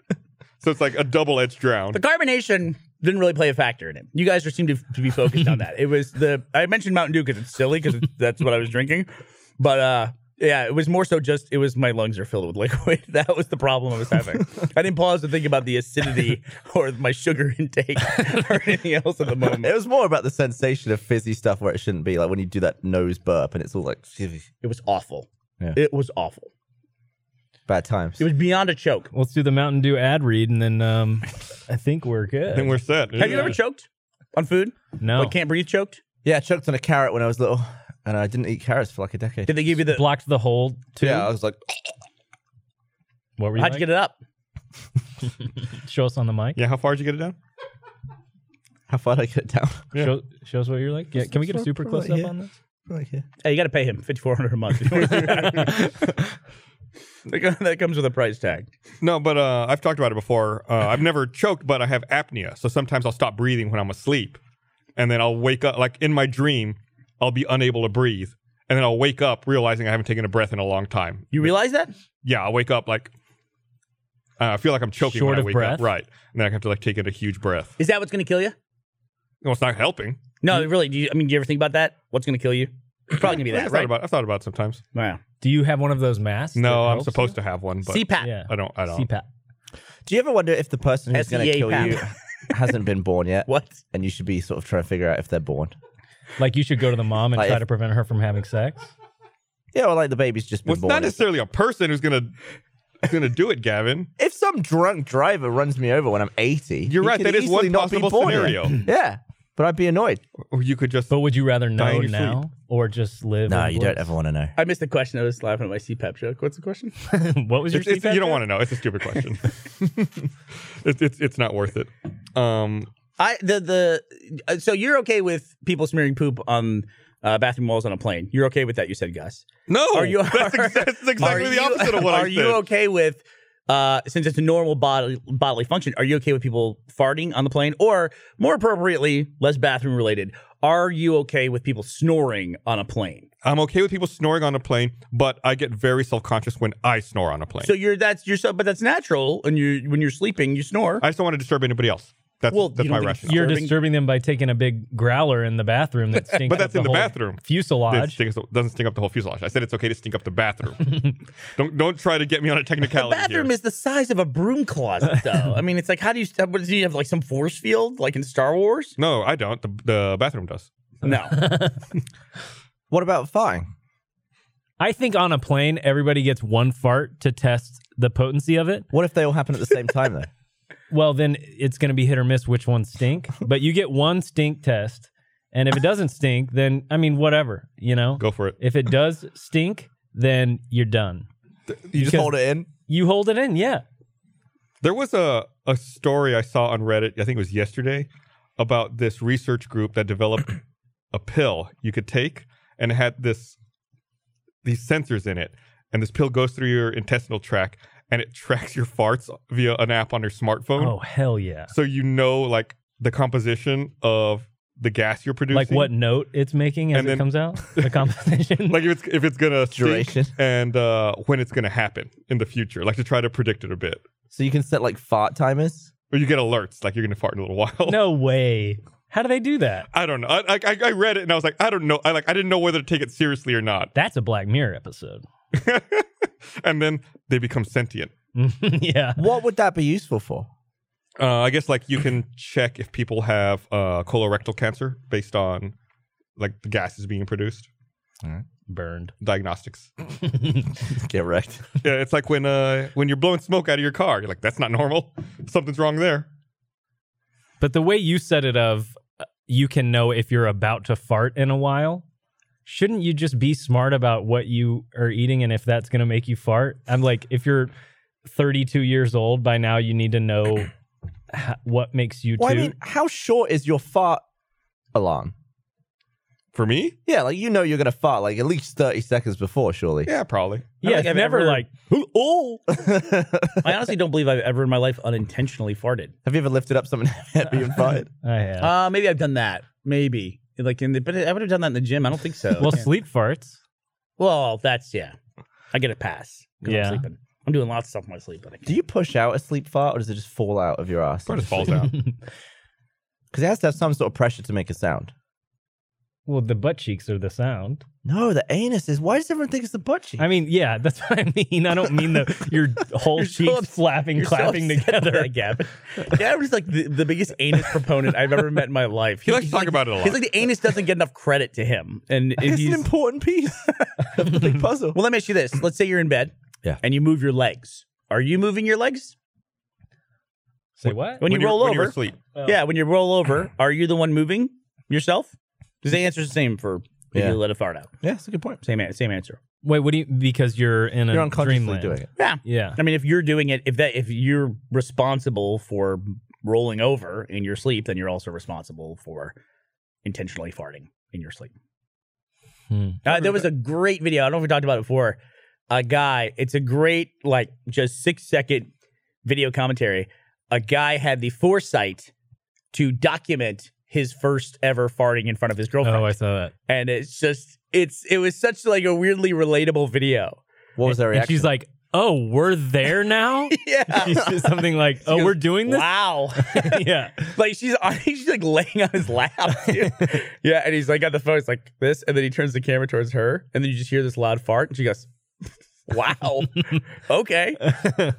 So it's like a double edged drown.
The carbonation didn't really play a factor in it. You guys seem to, to be focused on that. It was the I mentioned Mountain Dew because it's silly because that's what I was drinking, but uh, yeah, it was more so just it was my lungs are filled with liquid. That was the problem I was having. I didn't pause to think about the acidity or my sugar intake or anything else at the moment.
It was more about the sensation of fizzy stuff where it shouldn't be, like when you do that nose burp and it's all like
It was awful.
Yeah.
It was awful.
bad times.
It was beyond a choke.
Let's do the Mountain Dew ad read, and then um, I think we're good.
Then we're set.
Have you ever choked on food?
no.
Like can't breathe choked?
Yeah, I choked on a carrot when I was little, and I didn't eat carrots for like a decade.
Did they give you the?
blocked the hole too.
yeah, I was like,
What were you?
How'd
like?
you get it up?
Show us on the mic.
Yeah, how far did you get it down?
how far did I get it down?
Yeah.
Show, show us what you're like. Yeah, can we get a super close up
yeah.
on this?
Right here.
Hey, you got to pay him fifty four hundred a month. that comes with a price tag.
No, but uh, I've talked about it before. Uh, I've never choked, but I have apnea. So sometimes I'll stop breathing when I'm asleep. And then I'll wake up, like in my dream, I'll be unable to breathe. And then I'll wake up realizing I haven't taken a breath in a long time.
You realize that?
Yeah, I'll wake up like, uh, I feel like I'm choking
Short
when I
of
wake
breath?
up. Right. And then I have to like take in a huge breath.
Is that what's going to kill you?
Well, it's not helping.
No, really. Do you, I mean, do you ever think about that? What's going to kill you? It's probably going to be
I've,
that,
thought
right?
about, I've thought about it sometimes.
Wow.
Do you have one of those masks?
No, I'm supposed to have one, but
CPAP.
Yeah.
I don't. I don't.
CPAP.
Do you ever wonder if the person who's going to
SEA
kill
pal.
you hasn't been born yet,
E What?
and you should be sort of trying to figure out if they're born?
Like you should go to the mom and
Like
try
if-
to prevent her from having sex.
Yeah, or like the baby's just been
Well, it's
born.
not necessarily a person who's gonna who's gonna do it, Gavin.
if some drunk driver runs me over when I'm 80,
You're
he
right,
could
that is
easily
one
not be
possible
born yet.
scenario.
yeah, but I'd be annoyed.
Or you could just.
But would you rather
Die
know
in your
now or just live?
No,
in
you
bliss?
don't ever want to know.
I missed the question. I was laughing at my CPAP joke. What's the question?
what was your?
It's, it's,
CPAP
you don't
joke?
want to know. It's a stupid question. it's, it's it's not worth it. Um,
I the the uh, so you're okay with people smearing poop on uh, bathroom walls on a plane? You're okay with that? You said, Gus.
no,
Are you?
that's, ex- that's
are
exactly the
you-
opposite of what
are
I said.
you okay with? Uh, since it's a normal bodily bodily function, are you okay with people farting on the plane, or more appropriately, less bathroom related? Are you okay with people snoring on a plane?
I'm okay with people snoring on a plane, but I get very self conscious when I snore on a plane.
So you're that's you're so, but that's natural. And you when you're sleeping, you snore.
I just don't want to disturb anybody else. That's
Well,
that's
you
my
don't think
rationale.
You're
disturbing-
disturbing them by taking a big growler in the bathroom that stinks.
But
up
that's in the
whole
bathroom. It
Fuselage.
stinks- doesn't stink up the whole fuselage. I said it's okay to stink up the bathroom. don't don't try to get me on a
The
technicality
bathroom
here.
is the size of a broom closet, though. I mean, it's like how do you? What, do you have like some force field, like in Star Wars?
no, I don't. The, the bathroom does.
No.
What about farting?
I think on a plane, everybody gets one fart to test the potency of it.
What if they all happen at the same time though?
Well, then it's going to be hit or miss which ones stink. But you get one stink test, and if it doesn't stink, then I mean, whatever, you know.
Go for it.
If it does stink, then you're done.
You just
Because-
hold it in.
You hold it in, yeah.
There was a, a story I saw on Reddit, I think it was yesterday, about this research group that developed a pill you could take and it had this these sensors in it. And this pill goes through your intestinal tract and it tracks your farts via an app on your smartphone.
Oh hell yeah!
So you know like the composition of the gas you're producing.
Like what note it's making as
And
it
then-
comes out, the composition.
like if it's if it's gonna stink
Duration.
and uh, when it's gonna happen in the future, like to try to predict it a bit.
So you can set like fart timers.
Or you get alerts, like you're gonna fart in a little while.
no way. How do they do that?
I don't know. I, I I read it and I was like, I don't know. I like I didn't know whether to take it seriously or not.
That's a Black Mirror episode.
and then they become sentient.
yeah.
What would that be useful for?
Uh, I guess like you can check if people have uh, colorectal cancer based on like the gases being produced.
Burned.
Diagnostics.
Get wrecked.
yeah, it's like when uh when you're blowing smoke out of your car, you're like, that's not normal. Something's wrong there.
But the way you said it of uh, you can know if you're about to fart in a while, shouldn't you just be smart about what you are eating and if that's going to make you fart? I'm like if you're 32 years old by now you need to know h- what makes you
Well, I
toot.
mean, how short is your fart alarm?
For me?
Yeah, like you know you're gonna fart like at least thirty seconds before, surely.
Yeah, probably.
yeah,
think
it's
I've
never
ever-
like
Oh, have
I honestly don't believe I've ever in my life unintentionally farted.
you ever lifted up something heavy and farted?
I have.
Uh, maybe I've done that. Maybe like in the, but I would have done that in the gym. I don't think so.
well,
Yeah.
sleep farts.
Well, that's yeah. I get a pass. 'cause
Yeah.
I'm sleeping. I'm doing lots of stuff in my sleep, but I can't.
Do you push out a sleep fart or does it just fall out of your ass?
Probably just falls out.
Because it has to have some sort of pressure to make a sound.
Well, the butt cheeks are the sound.
No, the anus is. Why does everyone think it's the butt cheek?
I mean, yeah, that's what I mean. I don't mean the your whole
You're so
cheeks
ups-
flapping,
You're so
clapping
upset by
together.
that, Gavin. Gavin's like the, the biggest anus proponent I've ever met in my life.
He likes to
He's
talk
like-
about it a lot.
He's like the anus doesn't get enough credit to him, and
it's
he's
an important piece of the big puzzle.
well. Let me ask you this: Let's say you're in bed,
Yeah.
and you move your legs. Are you moving your legs
Say what?
when, you
you're-
roll
when
over?
you're asleep.
Yeah, when you roll over, are you the one moving yourself? Because the answer's the same for if
Yeah.
you let a fart out.
Yeah, that's a good point.
Same an- same answer.
Wait, what do you? Because you're in a
You're unconsciously
dreamland.
doing it.
Yeah.
Yeah.
I mean, if you're doing it, if that if you're responsible for rolling over in your sleep, then you're also responsible for intentionally farting in your sleep.
Hmm.
Uh, there was a great video. I don't know if we talked about it before. A guy. It's a great like just six second video commentary. A guy had the foresight to document his first ever farting in front of his girlfriend,
Oh, I saw that.
and it's just it's it was such like a weirdly relatable video.
What was their
And
reaction?
she's like, "Oh, we're there now." She
Yeah.
said something like, "Oh,
goes,
we're doing this."
Wow.
yeah.
like she's on, she's like laying on his lap. dude. yeah, and he's like on the phone. He's like this, and then he turns the camera towards her, and then you just hear this loud fart, and she goes, "Wow, okay,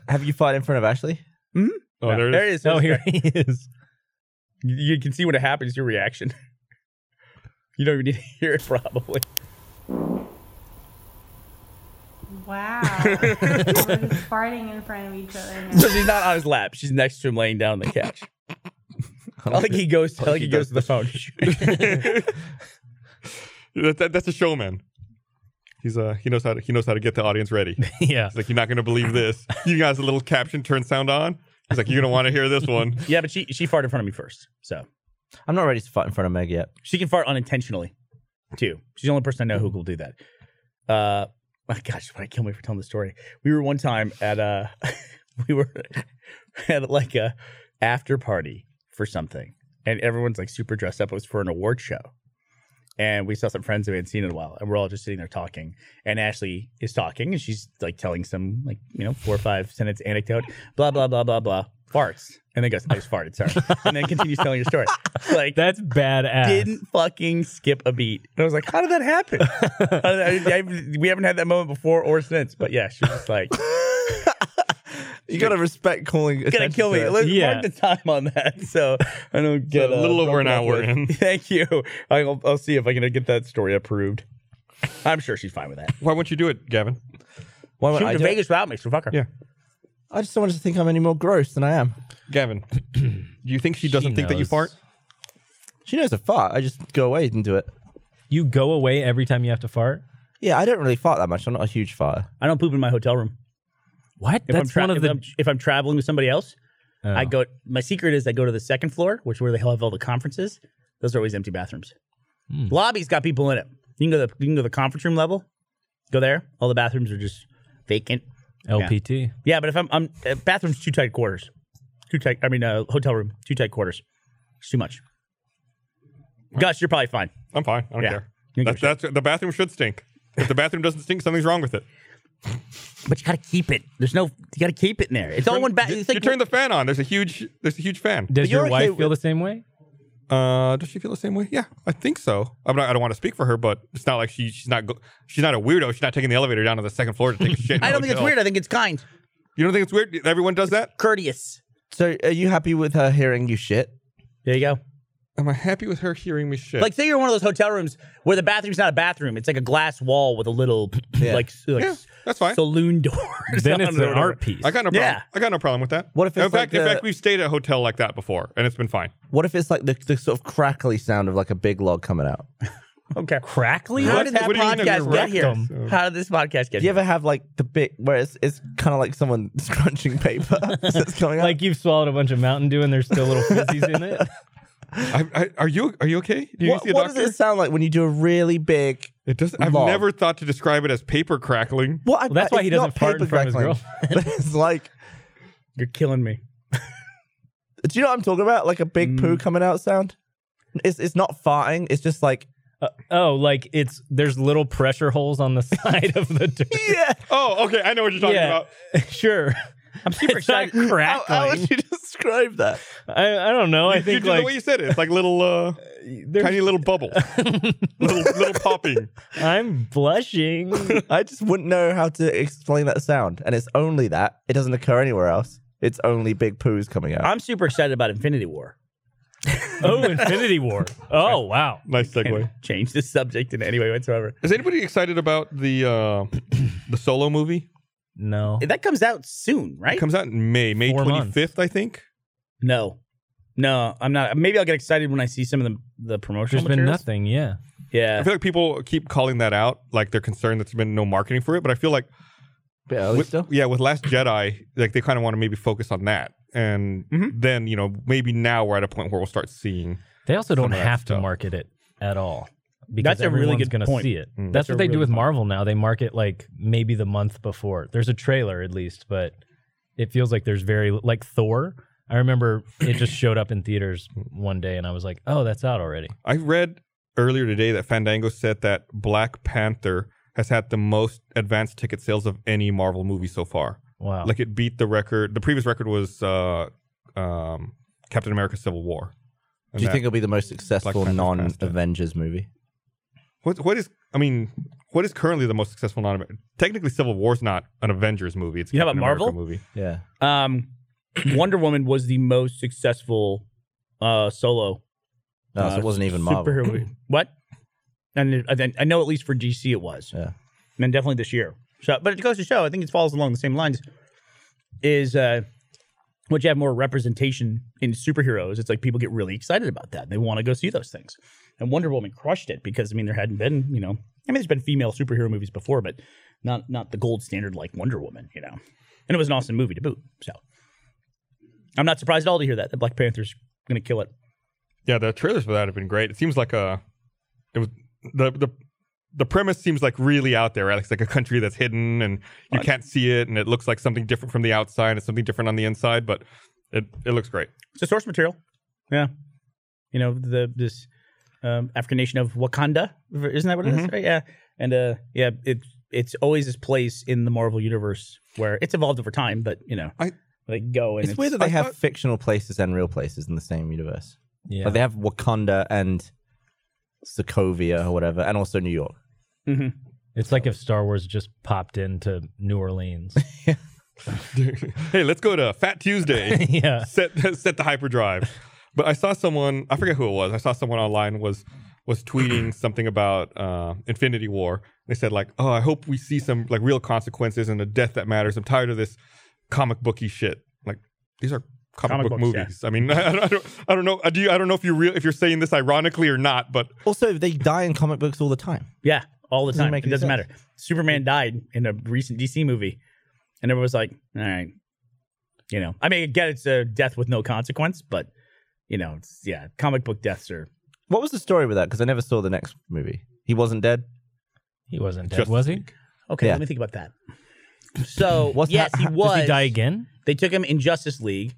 Have you farted in front of Ashley?
Oh, there it
there
is.
it is."
Oh, here he is.
you you can see when it happens, your reaction. You don't even need to hear it, probably.
Wow. We're just farting in front of each other. now.
So she's not on his lap; she's next to him, laying down on the couch. I like he goes. I like he goes to the phone.
That- that- that's a showman. He's uh he knows how to he knows how to get the audience ready. He's
Yeah.
like, you're not gonna believe this. You guys a little caption turn sound on. He's like, you're gonna want to hear this one.
yeah, but she she farted in front of me first, so
I'm not ready to fart in front of Meg yet.
She can fart unintentionally, too. She's the only person I know who will do that. Uh, my gosh, why kill me for telling the story? We were one time at a, we were at like a after party for something, and everyone's like super dressed up. It was for an award show, and we saw some friends we hadn't seen in a while, and we're all just sitting there talking. And Ashley is talking, and she's like telling some like you know four or five sentence anecdote, blah blah blah blah blah, farts, and then goes, I just farted, sorry, and then continues telling your story. Like
That's badass.
didn't fucking skip a beat. And I was like, how did that happen? How did- I- I- we haven't had that moment before or since. But yeah, she was just like,
You gotta respect calling.
gonna
attention
kill
to
me.
it.
Let's
Yeah.
mark the time on that. So I don't get
a little
uh,
over
broken
an
up
hour in.
with. Thank you. I'll, I'll see if I can get that story approved. I'm sure she's fine with that.
Why won't you do it, Gavin?
Why
She
would
went
I,
to
do it?
Vegas without me, so fuck her.
Yeah.
I just don't want her to think I'm any more gross than I am.
Gavin, do you think she doesn't think that you
knows.
fart?
She knows a fart. I just go away and do it.
You go away every time you have to fart.
Yeah, I don't really fart that much. I'm not a huge farter.
I don't poop in my hotel room.
What?
If I'm
That's
tra-
one of
if
the.
I'm- if I'm traveling with somebody else,
Oh.
I go. My secret is I go to the second floor, which where they have all the conferences. Those are always empty bathrooms. Lobby's got people in it. You can go to the, you can go to the conference room level. Go there. All the bathrooms are just vacant.
LPT.
Yeah, but if I'm, I'm uh, bathrooms too tight quarters, too tight. I mean, uh, hotel room too tight quarters. It's too much. Gus, you're probably fine.
I'm fine. I don't
Yeah.
care.
You don't
That's,
give a
that's the bathroom should stink. If the bathroom doesn't stink, something's wrong with it.
But you gotta keep it. There's no. You gotta keep it in there. It's all one bath.
You, you turn the fan on. There's a huge there's a huge fan.
Does your
you're
wife
okay
feel the same way?
Uh, does she feel the same way? Yeah, I think so. I'm not, I don't want to speak for her, but it's not like she she's not go, she's not a weirdo. She's not taking the elevator down to the second floor to take a shit. in a
I don't think it's
hotel.
weird. I think it's kind,
You don't think it's weird? Everyone does that.
courteous.
So, are you happy with her hearing you shit?
There you go.
Am I happy with her hearing me shit?
Like, say you're in one of those hotel rooms where the bathroom's not a bathroom; it's like a glass wall with a little like, s- like
Yeah,
s-
that's fine.
saloon door.
Then it's an
Or whatever.
art piece.
I got no problem.
Yeah.
I got no problem with that.
What if it's
in fact,
like
in
the-
fact, we've stayed at a hotel like that before, and it's been fine.
What if it's like the, the sort of crackly sound of like a big log coming out?
Okay.
Crackly.
How did that
What do you mean if
podcast
you're
get here?
rectum? So-
How did this podcast get
Do you
here?
ever have like the bit where it's, it's kind of like someone scrunching paper that's coming out?
Like you've swallowed a bunch of Mountain Dew and there's still little fizzies in it.
I, I, are you are you okay? Do you
what,
see a
what
doctor?
does it sound like when you do a really big?
It does. I've
Log.
never thought to describe it as paper crackling.
Well, I,
Well, that's why he
it's
doesn't
not
fart in
paper
front of his
crackling, but it's like,
You're killing me.
Mm.
do you know what I'm talking about? Like a big poo coming out sound. It's it's not farting. It's just like
Uh, oh, like it's there's little pressure holes on the side of the dirt.
Oh, okay. I know what you're talking
Yeah.
about.
sure.
I'm super
It's not
excited.
How, how
crackling.
would you describe that?
I, I don't know. I
You- you
think
do the way
like
you said it. It's like little, uh,
there's-
tiny little bubbles, little, little popping.
I'm blushing.
I just wouldn't know how to explain that sound. And it's only that. It doesn't occur anywhere else. It's only big poos coming out.
I'm super excited about Infinity War.
oh, Infinity War. Oh wow.
Nice segue.
Change the subject in any way whatsoever.
Is anybody excited about the uh, the solo movie?
No.
That comes out soon, right?
It comes out in May, May
Four
twenty
months.
fifth, I think.
no, no, I'm not. Maybe I'll get excited when I see some of the the promotional
There's been
materials.
nothing. Yeah.
I
Yeah,
feel like people keep calling that out, like they're concerned that there's been no marketing for it. But I feel like,
Bit early
with,
still.
yeah, with Last Jedi, like they kind of want to maybe focus on that, and
Mm-hmm.
then you know maybe now we're at a point where we'll start seeing.
They also don't
of that
have to
stuff.
market it at all because
That's a really
everyone's
good
gonna
point.
see it.
Mm.
That's,
That's
what
a
they do
really
with
good point.
Marvel now. They market like maybe the month before. There's a trailer at least, but it feels like there's very like Thor. I remember it just showed up in theaters one day, and I was like, "Oh, that's out already."
I read earlier today that Fandango said that Black Panther has had the most advanced ticket sales of any Marvel movie so far.
Wow.
Like it beat the record. The previous record was uh, um, Captain America: Civil War. And
Do you
that-
think it'll be the most
Black
successful
Panther's
non
past it.
Avengers movie?
What what is I mean, what is currently the most successful non technically Civil War's not an Avengers movie. It's a
You have a
Captain America
Marvel?
movie.
Yeah.
um, Wonder Woman was the most successful uh solo
No, so
uh,
it wasn't even Marvel.
superhero movie. What? And it- and then- I know at least for DC it was.
Yeah.
And definitely this year. So, but it goes to show, I think it follows along the same lines. Is uh, once you have more representation in superheroes, it's like people get really excited about that. They want to go see those things. And Wonder Woman crushed it because I mean there hadn't been you know I mean there's been female superhero movies before, but not not the gold standard like Wonder Woman, you know. And it was an awesome movie to boot. So I'm not surprised at all to hear that that Black Panther's going to kill it.
Yeah, the trailers for that have been great. It seems like a it was the the the premise seems like really out there, right? It's like a country that's hidden and you can't see it, and it looks like something different from the outside, and something different on the inside, but it, it looks great.
It's a source material. Yeah. You know, the this um, African nation of Wakanda. Isn't that what
Mm-hmm.
it is? Right? Yeah. And uh yeah, it it's always this place in the Marvel universe where it's evolved over time, but you know,
I-
they go and
It's,
it's,
weird that they
I
have
thought-
fictional places and real places in the same universe.
yeah.
Like they have Wakanda and Sokovia or whatever, and also New York.
Mhm.
it's like if Star Wars just popped into New Orleans.
hey, let's go to Fat Tuesday.
yeah.
set set the hyperdrive. But I saw someone, I forget who it was. I saw someone online was was tweeting something about uh, Infinity War. They said like, "Oh, I hope we see some like real consequences and a death that matters. I'm tired of this comic booky shit. Like these are comic,
Comic
book
books, yeah.
movies. I mean, I, don't, I don't, I don't know. Uh, Do you, I don't know if you real if you're saying this ironically or not, but
Also, they die in comic books all the time.
Yeah, all the
Doesn't
time.
make
it
any
doesn't
sense.
matter. Superman died in a recent DC movie, and everyone was like, "All right, you know." I mean, again, it's a death with no consequence, but you know, it's yeah, comic book deaths are.
What was the story with that? Because I never saw the next movie. He wasn't dead.
He wasn't dead,
Justice
was he?
League.
Okay,
Yeah.
let me think about that. So
What's
yes,
that-
he was.
Does he die again?
They took him in Justice League,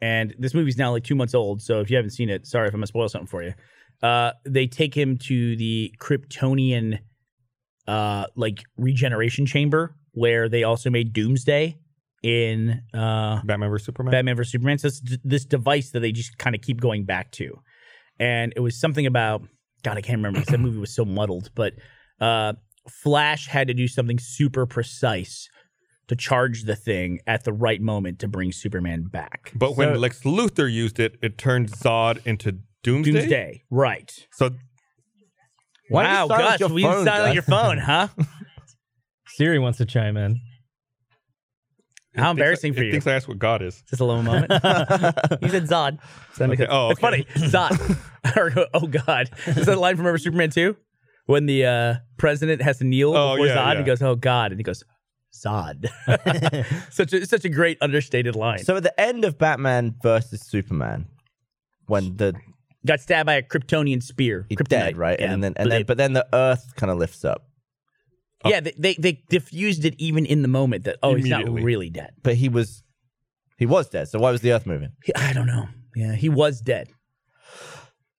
and this movie's now like two months old. So if you haven't seen it, sorry if I'm gonna spoil something for you. Uh, they take him to the Kryptonian, uh, like regeneration chamber where they also made Doomsday in uh
Batman vs Superman.
Batman vs Superman. So it's d- this device that they just kind of keep going back to, and it was something about God, I can't remember because that movie was so muddled. But uh, Flash had to do something super precise to charge the thing at the right moment to bring Superman back.
but when
So-
Lex Luthor used it, it turned Zod into Doomsday.
Doomsday, right?
So
Why don't you
wow,
silence
Gus,
your
will you
phone,
silence
Gus?
your phone, huh?
Siri wants to chime in.
it
How
thinks-
embarrassing for
it
you.
Thinks I asked what God is.
Just a little moment. he said Zod.
Okay, Oh,
It's
okay.
funny. Zod. Or, oh God. Is that a line from Remember Superman 2? When the uh, president has to kneel
Oh,
before
yeah,
Zod and
yeah.
he goes, Oh God. And he goes, Zod. such a such a great understated line.
So at the end of Batman versus Superman, when the
Got stabbed by a Kryptonian spear.
he's
Kryptonite.
dead, right?
Yeah,
and then and then
but,
but oh. then the Earth kind of lifts up.
yeah, they, they they diffused it even in the moment that oh he's not
Immediately.
really dead.
But he was he was dead. So why was the Earth moving?
He- I don't know. Yeah, he was dead.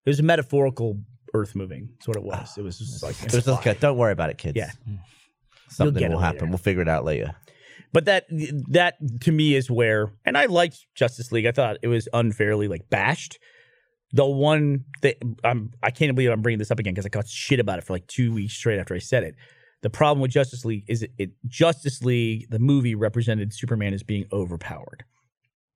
It was a metaphorical earth moving. That's what it was. It was just like
It was just like, don't worry about it, kids.
Yeah. You'll
Something
get
will
it
happen.
later.
We'll figure it out later.
but that that to me is where and I liked Justice League. I thought it was unfairly like bashed. The one that I'm I can't believe I'm bringing this up again because I got shit about it for like two weeks straight after I said it. The problem with Justice League is it, it Justice League the movie represented Superman as being overpowered.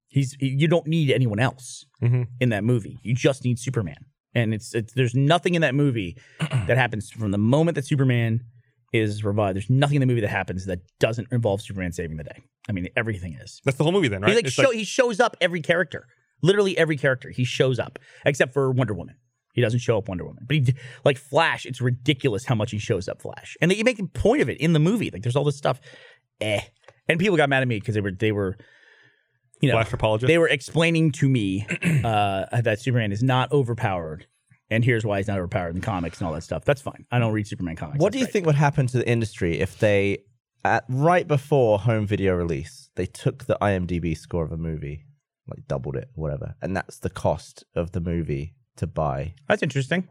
He's you don't need anyone else
Mhm.
in that movie. You just need Superman. And it's, it's there's nothing in that movie that happens from the moment that Superman is revived. There's nothing in the movie that happens that doesn't involve Superman saving the day. I mean, everything is.
That's the whole movie, then, right?
He like,
It's
show, he shows up every character, literally every character. He shows up except for Wonder Woman. He doesn't show up Wonder Woman, but he d- like Flash. It's ridiculous how much he shows up Flash, and they make a point of it in the movie. Like there's all this stuff, eh. And people got mad at me because they were they were, you know,
Flash apologist.
they were explaining to me uh, that Superman is not overpowered, and here's why he's not overpowered in the comics and all that stuff. That's fine. I don't read Superman comics. That's
What do you
right.
think would happen to the industry if they, at, right before home video release, they took the IMDb score of a movie, like doubled it, whatever, and that's the cost of the movie to buy?
That's interesting.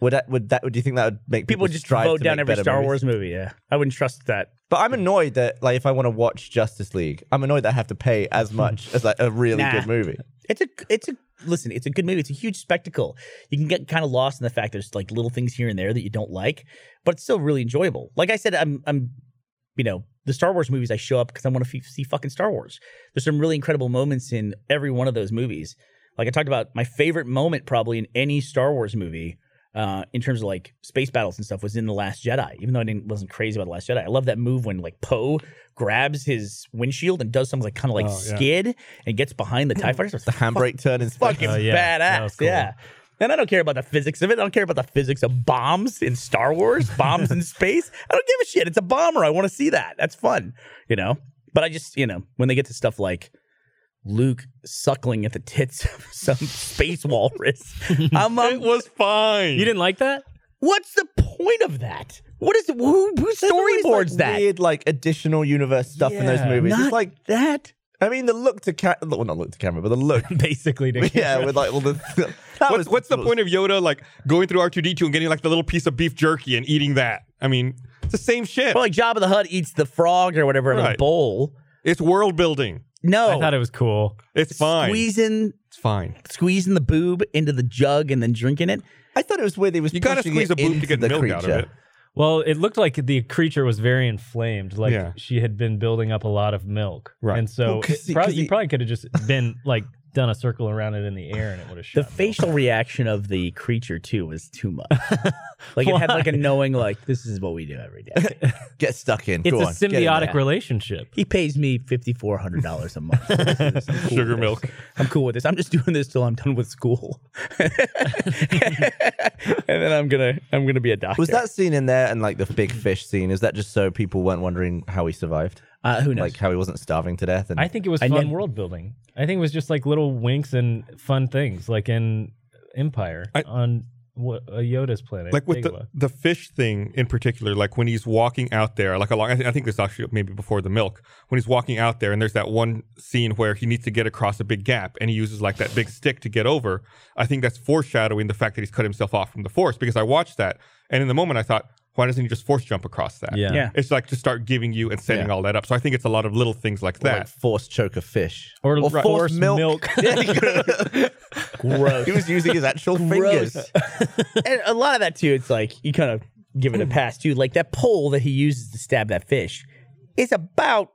Would that would that would you think that would make
People
people,
just
strive
vote
to
down
make
every
better
Star
movies?
Wars movie. Yeah, I wouldn't trust that.
But I'm annoyed that like if I want to watch Justice League, I'm annoyed that I have to pay as much as like a really
Nah.
good movie.
It's a it's a listen. It's a good movie. It's a huge spectacle. You can get kind of lost in the fact there's like little things here and there that you don't like, but it's still really enjoyable. Like I said, I'm I'm you know the Star Wars movies. I show up because I want to f- see fucking Star Wars. There's some really incredible moments in every one of those movies. Like I talked about, my favorite moment probably in any Star Wars movie. Uh, in terms of like space battles and stuff, was in the Last Jedi. Even though I didn't, wasn't crazy about the Last Jedi, I love that move when like Poe grabs his windshield and does some like kind of like
Oh, yeah.
skid and gets behind the Tie Fighter.
The handbrake turn in space.
fucking
Oh, yeah. That was
badass.
cool.
Yeah. And I don't care about the physics of it. I don't care about the physics of bombs in Star Wars, bombs in space. I don't give a shit. It's a bomber. I want to see that. That's fun, you know? But I just, you know, when they get to stuff like Luke suckling at the tits of some space walrus, I'm um,
it was fine.
You didn't like that?
what's the point of that? What is who, who
There's always,
storyboards
like,
that?
weird like additional universe stuff in those
Yeah.
movies.
Not
it's like
that.
I mean the look to camera, well not look to camera, but the look.
Basically, to
yeah, with like all the. that
What's,
was-
what's the point of Yoda like going through R two D two and getting like the little piece of beef jerky and eating that? I mean, it's the same shit.
Well, like Jabba the Hutt eats the frog or whatever in the
Right.
bowl.
it's world building.
No.
I thought it was cool.
It's fine.
Squeezing
It's fine.
squeezing the boob into the jug and then drinking it.
I thought it was weird. He was
You gotta
pushing
squeeze
it
a boob
into
to get
the
milk
creature.
out of it.
Well, it looked like the creature was very inflamed. Like
Yeah.
she had been building up a lot of milk.
Right.
And so
Well, 'cause
it
he-
probably,
'cause
you
he-
probably could have just been like done a circle around it in the air and it would have
The
shot.
facial reaction of the creature too was too much. Like it had like a knowing, like this is what we do every day.
Get stuck in.
it's
Go
a
on, get in there.
symbiotic relationship.
he pays me fifty four hundred dollars a month. This is- I'm cool
Sugar
with
milk.
this. I'm cool with this. I'm just doing this till I'm done with school, and then I'm gonna I'm gonna be a doctor.
Was that scene in there and like the big fish scene? Is that just so people weren't wondering how he survived,
uh, who knows?
like how he wasn't starving to death? And
I think it was
I
fun
nev-
world building. I think it was just like little winks and fun things, like in Empire
I-
on what, uh, Yoda's planet.
like with
Dagobah.
the, the fish thing in particular like when he's walking out there like along I, th- I think this actually maybe before the milk when he's walking out there and there's that one scene where he needs to get across a big gap and he uses like that big stick to get over i think that's foreshadowing the fact that he's cut himself off from the force because i watched that and in the moment i thought why doesn't he just force jump across that
yeah.
Yeah.
it's like to start giving you and setting all that up so i think it's a lot of little things like
Or,
that
like forced choke a fish
Or,
forced
force milk.
Gross. he was using his actual fingers.
and a lot of that too, it's like you kind of give it a pass too. Like that pole that he uses to stab that fish is about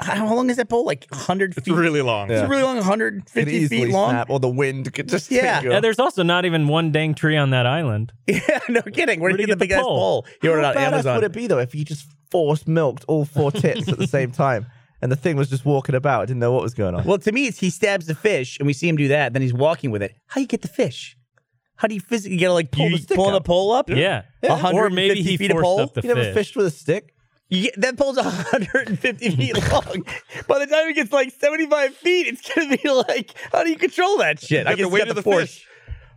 how long is that pole? Like hundred feet.
it's really long
It's really long, hundred
Could
fifty
easily
feet long.
snap, or the wind could just
Yeah.
take you
Yeah,
off.
there's also not even one dang tree on that island.
Yeah, no kidding. Where did you get the big ass pole? You ordered it
How
on
badass
Amazon.
would it be though if you just force milked all four tits at the same time, and the thing was just walking about, didn't know what was going on?
Well, to me, it's he stabs the fish, and we see him do that. Then he's walking with it. How do you get the fish? How do you physically get to like pull,
You
the,
stick
pull the
up.
pole up?
Yeah.
Yeah.
Or maybe
150
he
feet of
forced
pole?
up the
you never
fish.
fished with a stick.
You get- that pole's 150 feet long. By the time it gets like 75 feet, it's gonna be like, how do you control that shit?
Like the
it's
weight
got
of the
force.
fish.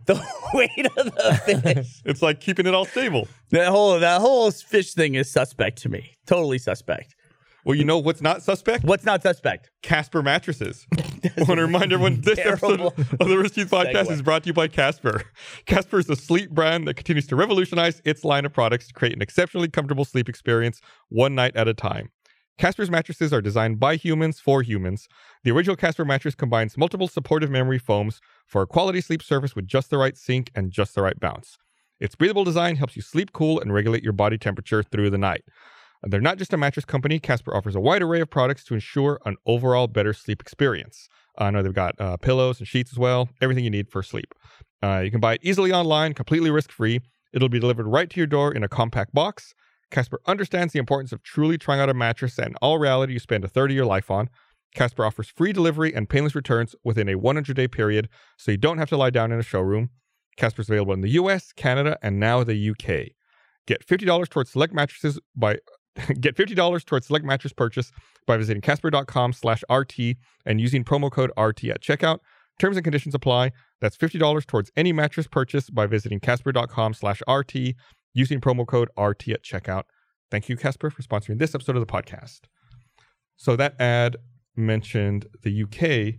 The weight of the fish.
it's like keeping it all stable
that whole that whole fish thing is suspect to me. Totally suspect.
Well, you know what's not suspect?
What's not suspect?
Casper mattresses. I want to remind everyone this
Terrible
episode of the Risk Youth Podcast
segue.
is brought to you by Casper. Casper is a sleep brand that continues to revolutionize its line of products to create an exceptionally comfortable sleep experience one night at a time. Casper's mattresses are designed by humans for humans. The original Casper mattress combines multiple supportive memory foams for a quality sleep surface with just the right sink and just the right bounce. Its breathable design helps you sleep cool and regulate your body temperature through the night. And They're not just a mattress company. Casper offers a wide array of products to ensure an overall better sleep experience. I know they've got uh, pillows and sheets as well, everything you need for sleep. Uh, you can buy it easily online, completely risk free. It'll be delivered right to your door in a compact box. Casper understands the importance of truly trying out a mattress and all reality you spend a third of your life on. Casper offers free delivery and painless returns within a 100 day period, so you don't have to lie down in a showroom. Casper's available in the US, Canada, and now the UK. Get $50 towards select mattresses by Get $50 towards select mattress purchase by visiting casper.com slash RT and using promo code RT at checkout. Terms and conditions apply. That's $50 towards any mattress purchase by visiting casper.com slash RT using promo code RT at checkout. Thank you, Casper, for sponsoring this episode of the podcast. So that ad mentioned the UK.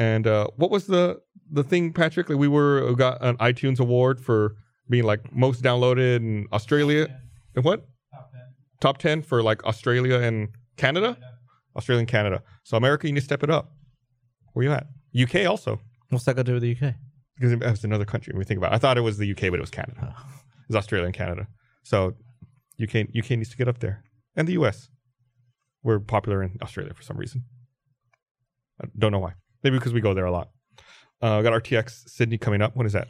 And uh, what was the the thing, Patrick? Like we were we got an iTunes award for being like most downloaded in Australia. And what?
Top ten.
top 10 for like Australia and Canada? Australia and Canada. So America, you need to step it up. Where you at? UK also.
What's that got to do with the UK?
Because it was another country when we think about it. I thought it was the UK, but it was Canada. It was Australia and Canada. So UK, UK needs to get up there. And the US. We're popular in Australia for some reason. I don't know why. Maybe because we go there a lot. Uh, we got RTX Sydney coming up. When is that?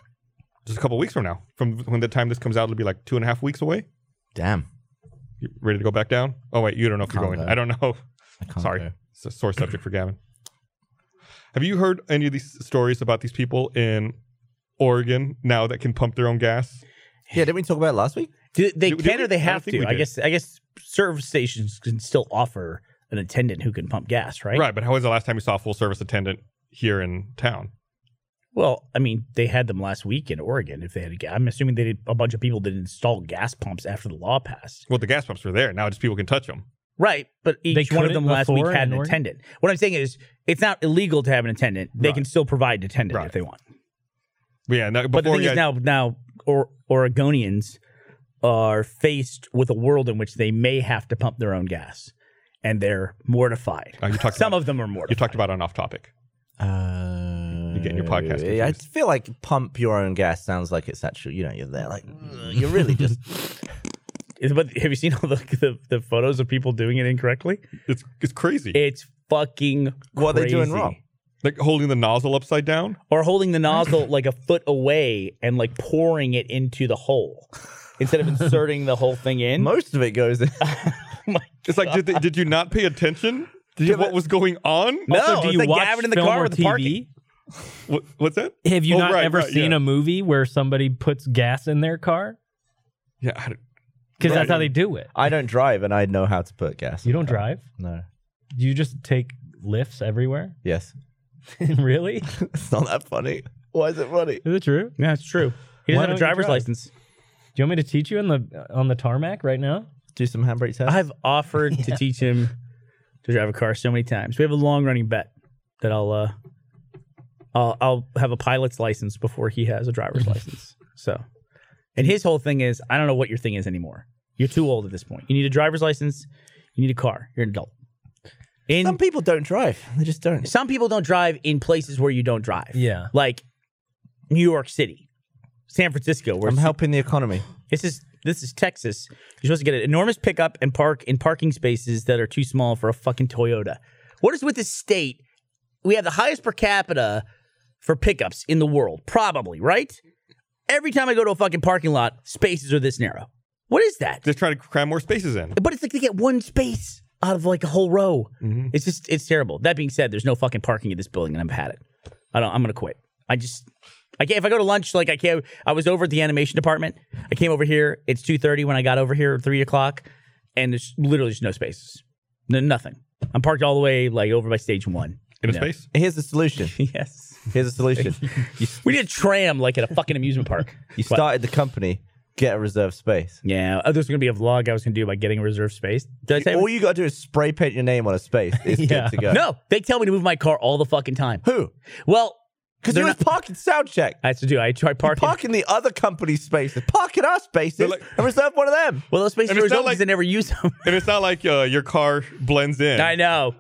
Just a couple weeks from now. From when the time this comes out, it'll be like two and a half weeks away.
Damn.
You ready to go back down? Oh wait, you don't know if you're
Can't
going.
go.
I don't know.
I can't
Sorry,
go.
it's a sore subject for Gavin. Have you heard any of these stories about these people in Oregon now that can pump their own gas?
Yeah, didn't we talk about it last week?
Do, they
Do- do
can
we?
or they
I don't
have
think
to.
we
I
do.
guess. I guess service stations can still offer an attendant who can pump gas, right?
Right, but how was the last time you saw a full service attendant here in town?
Well, I mean, they had them last week in Oregon. If they had, a ga- I'm assuming they did, a bunch of people did install gas pumps after the law passed.
Well, the gas pumps were there. Now just people can touch them.
Right, but each one of
couldn't
them last week
before
had
in
an
Oregon?
attendant. What I'm saying is, it's not illegal to have an attendant. They
Right.
can still provide an attendant
Right.
if they want.
But yeah, no,
But the
before
thing
yeah,
is, now now or, Oregonians are faced with a world in which they may have to pump their own gas, and they're mortified.
Oh, you talked
Some
about-
of them are
you
mortified.
talked about on off topic.
Uh,
getting your podcast
yeah, I
confused.
feel like pump your own gas sounds like it's actually, you know, you're there. Like, you're really just.
Is- But have you seen all the, the the photos of people doing it incorrectly?
It's it's crazy.
It's fucking.
What are they doing
crazy.
wrong?
like holding the nozzle upside down.
Or holding the nozzle like a foot away and like pouring it into the hole instead of inserting the whole thing in.
Most of it goes in.
It's like did they, did you not pay attention to what was going on?
No,
so do
it's
you
like
watch
Gavin in the
film
car
or
with the
TV?
parking.
What, what's that?
Have you
Oh,
not
right,
ever
right,
seen
yeah.
a movie where somebody puts gas in their car?
Yeah, I don't-
Because
Right.
that's how they do it.
I don't drive and I know how to put gas.
You
in
don't
the car.
drive.
No.
You just take lifts everywhere.
Yes.
really?
It's not that funny. Why is it funny?
Is it true? Do
Yeah, it's true. He doesn't
Why
have
don't
a
you
driver's
drive?
license.
you want me to teach you on the on the tarmac right now?
Do some handbrake tests.
I've offered to teach him to drive a car so many times. We have a long running bet that I'll uh I'll, I'll have a pilot's license before he has a driver's
Mm-hmm.
license. So, and his whole thing is I don't know what your thing is anymore. You're too old at this point. You need a driver's license. You need a car. You're an adult. In
Some people don't drive. They just don't.
some people don't drive in places where you don't drive.
Yeah.
Like New York City, San Francisco, where
I'm
it's-
helping the economy.
this is this is Texas. You're supposed to get an enormous pickup and park in parking spaces that are too small for a fucking Toyota. What is with this state? We have the highest per capita for pickups in the world, probably, right? Every time I go to a fucking parking lot, spaces are this narrow. What is that?
just trying to cram more spaces in.
But it's like they get one space out of like a whole row.
Mm-hmm.
It's just it's terrible. That being said, there's no fucking parking in this building, and I've had it. I don't. I'm gonna quit. I just. I can't, if I go to lunch, like I can't. I was over at the animation department. I came over here. It's two thirty when I got over here, three o'clock, and there's literally just no spaces, no, nothing. I'm parked all the way like over by stage one.
In a
No.
space?
Here's the solution.
Yes,
Here's the solution.
we need a tram like at a fucking amusement park.
You started the company. get a reserved space.
Yeah. Oh, there's going to be a vlog I was going to do about getting a reserved space. Did I tell
oh,
All you gotta do is spray paint your name on a space. It's
Yeah.
good to go.
No, they tell me to move my car all the fucking time.
Who?
Well,
Because
They're
you was
not-
parking sound check.
I had to do. I tried parking.
Park in the other company's spaces. Park in our spaces
like-
and reserve one of them.
Well, those spaces
And
were
it's not
open
like-
because I never use them.
And it's not like uh, your car blends in.
I know.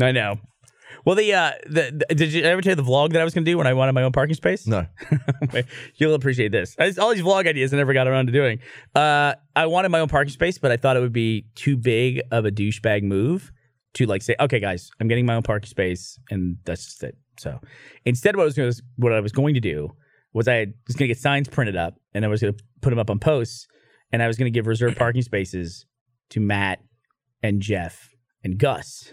I know. Well, the, uh, the, the did you ever tell you the vlog that I was going to do when I wanted my own parking space?
No.
You'll appreciate this. It's all these vlog ideas I never got around to doing. Uh, I wanted my own parking space, but I thought it would be too big of a douchebag move to like say, "Okay, guys, I'm getting my own parking space," and that's just it. So instead, what I was going to what I was going to do was I was going to get signs printed up, and I was going to put them up on posts, and I was going to give reserved parking spaces to Matt and Jeff and Gus,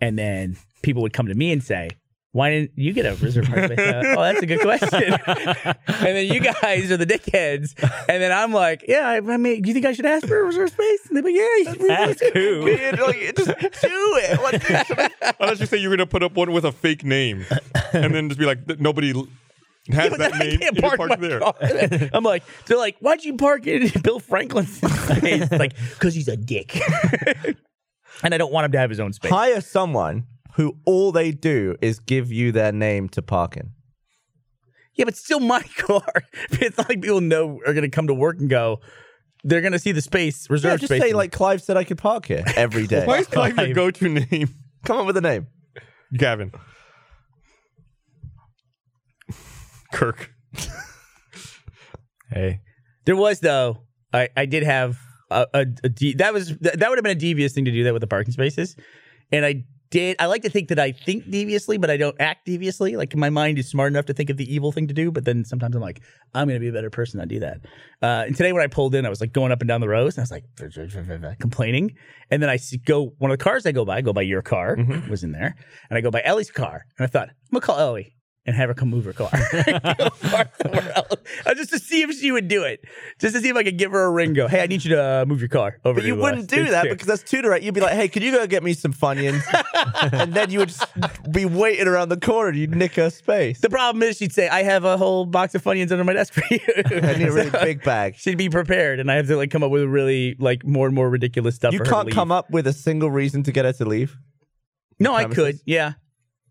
and then people would come to me and say. Why didn't you get a reserved parking space? oh, that's a good question. and then you guys are the dickheads. And then I'm like, yeah, I, I mean, do you think I should ask for a reserve space? And they're like, yeah, you should
Ask who?
Weird, like, just do it. What the- should I-
Unless you say you're gonna put up one with a fake name, and then just be like, "Th- nobody l- has
But
that
then
name.
I can't
you
park,
park
my
there.
car. I'm like, they're like, why'd you park in Bill Franklin's space? like, because he's a dick. and I don't want him to have his own space.
Hire someone who all they do is give you their name to park in.
Yeah, but still my car. It's not like people know are going to come to work and go, they're going to see the space, reserve
Yeah, just
space.
say like Clive said I could park here every day.
Why is Clive your go-to name,
Come up with a name.
Gavin? Kirk.
Hey,
There was though. I, I did have a, a, a de- that was that, that would have been a devious thing to do that with the parking spaces, and I did. I like to think that I think deviously, but I don't act deviously. Like my mind is smart enough to think of the evil thing to do, but then sometimes I'm like, I'm gonna be a better person. I do that. Uh, and today when I pulled in, I was like going up and down the rows, and I was like complaining, and then I see, go one of the cars I go by, I go by your car was in there, and I go by Ellie's car, and I thought I'm gonna call Ellie. And have her come move her car. Go park somewhere else. Uh, just to see if she would do it. Just to see if I could give her a ring. and Go, hey, I need you to uh, move your car over.
But you
to, uh,
wouldn't do
stage
that
two."
because that's too direct. You'd be like, hey, could you go get me some Funyuns? and then you would just be waiting around the corner and you'd nick her space.
The problem is, she'd say, "I have a whole box of Funyuns under my desk for you."
I need a really
So
big bag.
She'd be prepared, and I have to like come up with really like more and more ridiculous stuff.
You
for her to
can't
leave.
come up with a single reason to get her to leave.
No, I could.
premises.
Yeah,